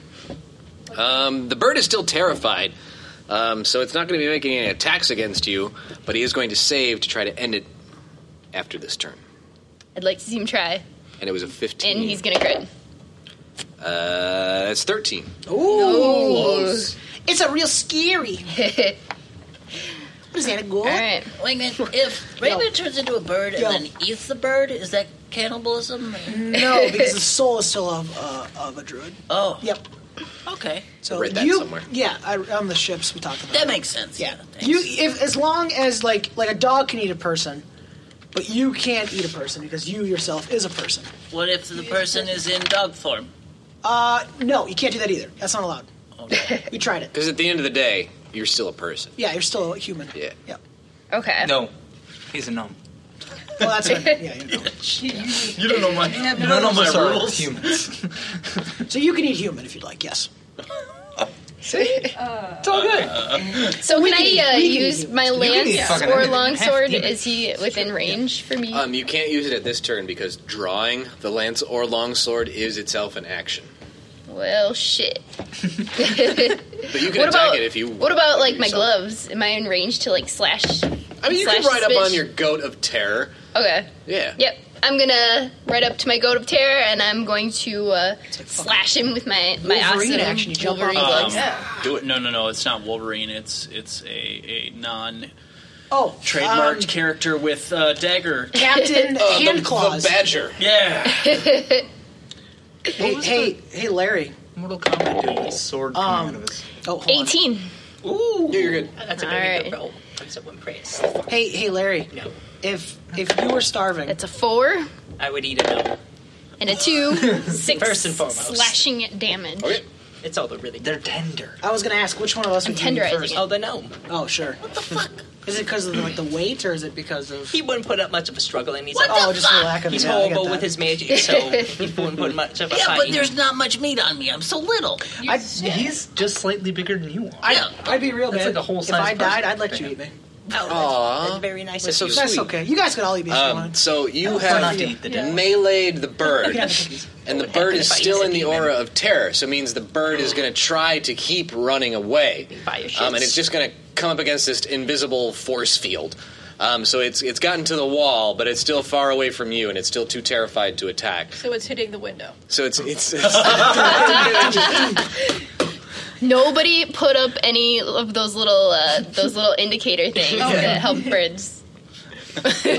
Um, the bird is still terrified, um, so it's not going to be making any attacks against you, but he is going to save to try to end it after this turn.
I'd like to see him try.
And it was a 15.
And he's gonna crit.
Uh, that's 13.
Ooh.
It's a real scary. what is that, a goal?
Alright.
Wait a minute. If Raymond turns into a bird
Yo. Mm-hmm.
and then eats the bird, is that cannibalism?
No, because the soul is still of, uh, of a druid.
Oh.
Yep.
Okay.
So
I read that
you,
somewhere.
yeah, I, on the ships we talked about.
That
it.
makes sense. Yeah.
You, if as long as like like a dog can eat a person, but you can't eat a person because you yourself is a person.
What if the person is in dog form?
Uh, no, you can't do that either. That's not allowed. we tried it.
Because at the end of the day, you're still a person.
Yeah, you're still a human.
Yeah.
Yep.
Okay.
No. He's a gnome.
Well, that's what I meant. yeah. You,
you don't know my
None of us are
rules.
humans.
so you can eat human if you'd like. Yes. See, it's all good.
So
We
can
need-
I uh,
we need
use
humans.
my
You
lance
need fucking
or
everything.
longsword?
Half-demon.
Is he within range for me?
Um, you can't use it at this turn because drawing the lance or longsword is itself an action.
well, shit.
But you can attack
What about-
it if you.
What about like my
yourself.
gloves? Am I in range to like slash?
I mean, you can
slash
ride
this
up on
bitch?
your goat of terror.
Okay.
Yeah.
Yep. I'm gonna ride up to my goat of terror and I'm going to uh, slash him with my my
Wolverine
awesome
action. You jump
Wolverine
Um,
gloves.
Do it.
No, no, no. It's not Wolverine. It's it's a, a non
oh
trademarked
Um.
character with uh, dagger.
Captain
Uh, the-
Handclaws.
The badger. Yeah.
Hey, hey, hey, Larry.
Mortal Kombat dude with a sword coming out of his.
Oh, hold on.
18.
Ooh.
you're good.
That's a very good roll.
I'm so impressed.
Hey, hey, Larry. If if you were starving,
That's a four
I would eat a gnome.
and a two. six
First and foremost.
slashing damage.
It's all the really. They're tender.
I was gonna ask which one of us
I'm
would you eat
tenderizing
first.
it.
Oh, the gnome.
Oh, sure. What the fuck? Is it because of like the weight, or is it because of?
He wouldn't put up much of a struggle, and he's
What
like,
the Oh, just the fuck? lack of-
He's
yeah, I get
horrible
that.
with his magic, so he wouldn't put much of a
Yeah,
fight.
but there's not much meat on me. I'm so little.
I, he's just slightly bigger than you are.
I'd, I'd be real
That's
man.
like a whole
if
size
I died,
person.
I'd let you eat me.
Aw.
That's very nice
That's
of
so
you.
That's
Sweet.
okay. You guys could all eat me if you
Um,
want.
so you
That's
have
fine to eat the dead.
meleeed the bird,
Yeah.
and the bird is
if I
still
use
in
a
the aura of terror. So it means the bird is going to try to keep running away, um, and it's just going to come up against this invisible force field. Um, so it's it's gotten to the wall, but it's still far away from you, and it's still too terrified to attack.
So it's hitting the window.
So it's it's, it's
Nobody put up any of those little uh, those little indicator things that help birds.
um,
Keep
the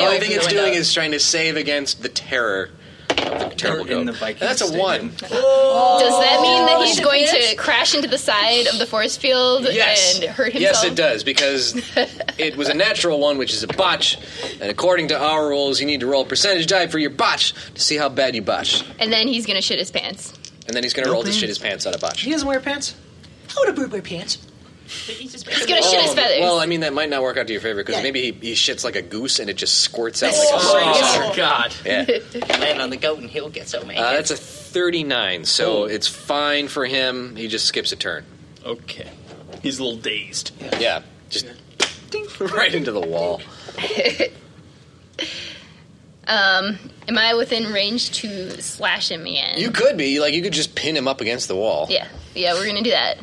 only thing it's
myself.
doing is trying to save against the terror. of the terrible goat. And that's a one.
Does that mean that
Oh,
he's
shit,
going
bitch.
to crash into the side of the force field
Yes.
and hurt himself?
Yes, it does because it was a natural one, which is a botch. And according to our rules, you need to roll a percentage die for your botch to see how bad you botch.
And then he's gonna shit his pants.
And then he's going to roll to shit his pants out of botch.
He doesn't wear pants. I would have booed my pants.
He's gonna shit his
Oh,
feathers.
Well, I mean that might not work out to your favor because
Yeah.
maybe he, he shits like a goose and it just squirts out like a
Oh,
saucer.
God.
Yeah.
Land on the goat, and he'll get so mad.
Uh, that's a 39, so it's fine for him. He just skips a turn.
Okay. He's a little dazed.
Yeah, just right into the wall.
um, am I within range to slash him again?
You could be like you could just pin him up against the wall.
Yeah, yeah, we're gonna do that.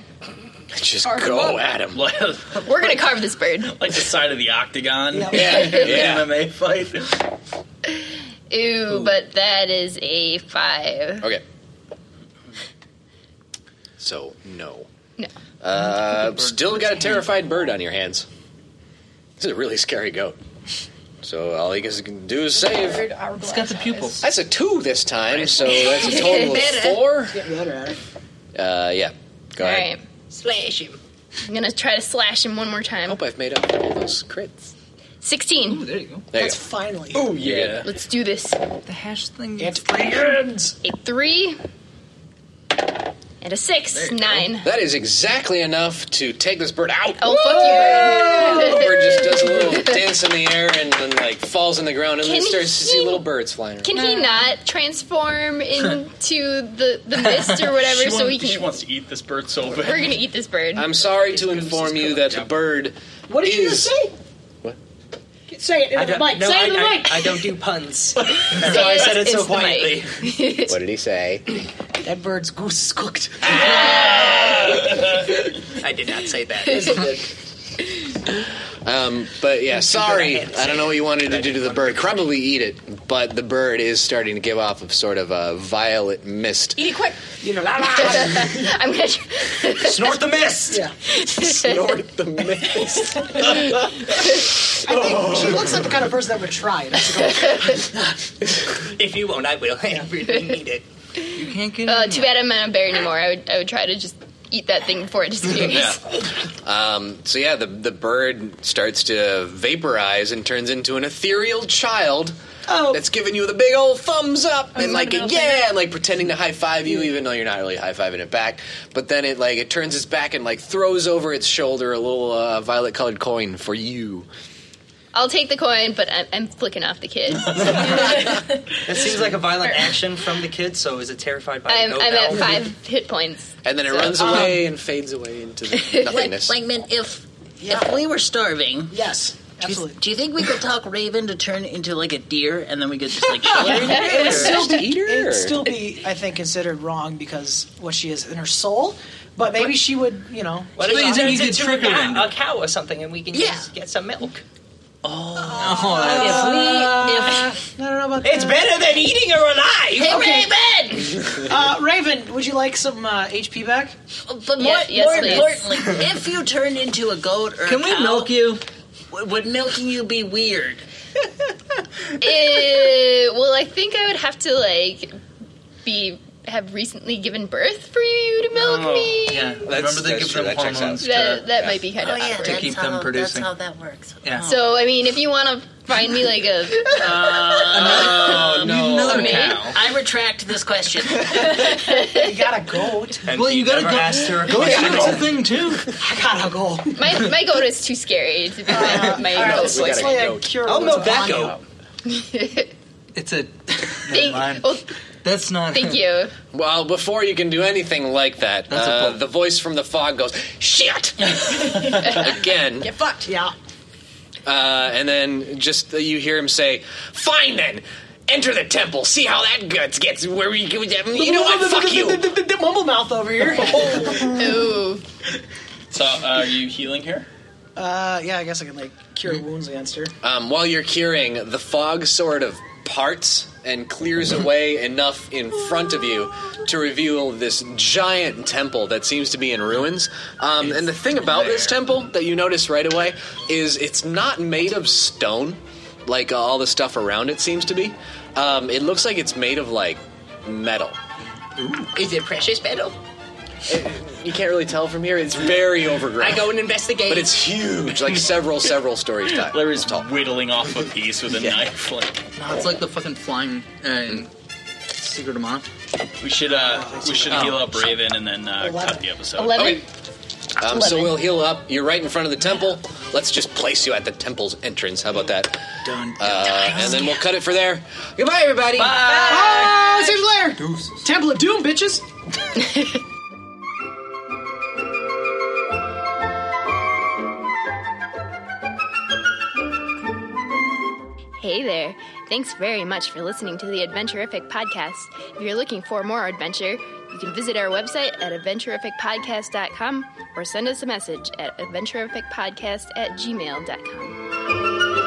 Just
Or-
go at him.
like
We're gonna carve this bird.
the side of the octagon.
Yeah.
in an
Yeah.
MMA fight.
Ooh, but that is a five.
Okay. So no.
No.
Uh, still got a terrified bird on your hands. This is a really scary goat. So all he can do is save.
It's got the pupils.
That's a two this time, so that's a total of four.
Get better at it.
Uh, yeah. Go
All
ahead.
right.
Slash him.
I'm gonna try to slash him one more time.
Hope I've made up all those crits.
Sixteen.
There you go.
There you
That's
go.
finally.
Oh yeah.
Let's do this.
The hash thing.
It's
A three and a six. Nine.
That is exactly enough to take this bird out.
Oh fuck you,
The
bird.
bird just does a little dance in the air and then like falls on the ground and then
Can
starts to see
he-
little birds flying. around.
Can he not transform into the, the mist or whatever
she,
so
wants,
we
she
can?
wants to eat this bird so bad.
We're gonna eat this bird.
I'm sorry to inform you that the bird
What did you
is
just say?
What?
Say it
I
in the
don't,
mic.
no,
say
I,
it in the
I-
mic.
I don't do puns. That's
Say
why I said it so
it's the mic.
quietly.
What did he say?
That bird's goose is cooked.
I did not say that.
Um, but yeah, sorry. I don't know what you wanted to do to the bird. Probably eat it, but the bird is starting to give off of sort of a violet mist.
Eat it quick.
You know,
I'm gonna
Snort the mist.
Yeah.
Snort the mist.
I think she looks like the kind of person that would try. it. It's
if you won't, I will. I really need it.
You can't get. Oh, too bad I'm not a bear anymore. I would I would try to just eat that thing before it disappears.
yeah. Um, so yeah, the the bird starts to vaporize and turns into an ethereal child. Oh. That's giving you the big old thumbs up and like a, yeah, and like pretending to high five you, even though you're not really high fiving it back. But then it like it turns its back and like throws over its shoulder a little uh, violet colored coin for you.
I'll take the coin, but I'm, I'm flicking off the kid.
That seems like a violent action from the kid. So is it terrified by?
I'm,
no
I'm at
bell?
five hit points.
And then it
So,
runs
um,
away and fades away into the nothingness.
Like, Langman, if if we were starving,
yes,
absolutely. Do you, think we could talk Raven to turn into like a deer, and then we could just like kill her?
it would still
Or-
be, it would still be, I think, considered wrong because what she is in her soul. But maybe she would, you know.
What if he turns into a cow, a cow or something, and we can just get some milk?
Oh.
if we, if, Uh, I don't know about
It's better than eating her alive.
Hey, Okay.
Raven.
uh, Raven, would you like some uh, HP back?
But more, more importantly, if you turned into a goat or
Can
a
we
cow,
milk
you? Would milking you be weird?
Eh, well, I think I would have to like be have recently given birth for you to milk me.
Yeah. Remember they
that's
give
true,
them
that checks out.
hormones
That
to,
that might be
Oh,
kind of awkward.
to keep them producing.
that works.
Yeah.
So I mean, if you want to find me like a
Oh, no.
Another
Me?
cow. I retract this question.
you got a goat.
well, you gotta go. Asked her a question.
thing too. I gotta go.
my my goat is too scary to be my, my
all right,
goat.
let's We gotta play a goat. cure I'll milk that
goat.
It's a.
Thank- well,
That's not.
thank you.
Well, before you can do anything like that,
That's a
uh, the voice from the fog goes, "Shit!" again,
Get fucked, yeah.
uh, and then just uh, you hear him say, "Fine then." Enter the temple. See how that guts gets. Where we, you know what? Fuck you.
Mumble mouth over here.
Ooh.
So, uh, are you healing here?
Uh, yeah, I guess I can like cure wounds against her.
Um, while you're curing, the fog sort of parts and clears away enough in front of you to reveal this giant temple that seems to be in ruins. Um, and the thing about this temple that you notice right away is it's not made of stone, like uh, all the stuff around it seems to be. Um, it looks like it's made of like metal.
Is it precious metal?
You can't really tell from here. It's very overgrown.
I go and investigate.
But it's huge, like several, several stories tall.
Larry's whittling off a piece with a knife. Like,
No, it's like the fucking flying
Hmm.
uh, secret of Mana.
we should uh, we should
Oh.
heal up Raven and then uh, cut the episode.
Eleven.
Um, so we'll heal up. You're right in front of the temple. Let's just place you at the temple's entrance. How about that? Done. Uh, and then we'll cut it for there. Goodbye, everybody.
Bye. See you later. Temple of Doom, bitches.
Hey there! Thanks very much for listening to the Adventurific Podcast. If you're looking for more adventure, you can visit our website at adventurificpodcast.com or send us a message at adventurificpodcast at gmail.com.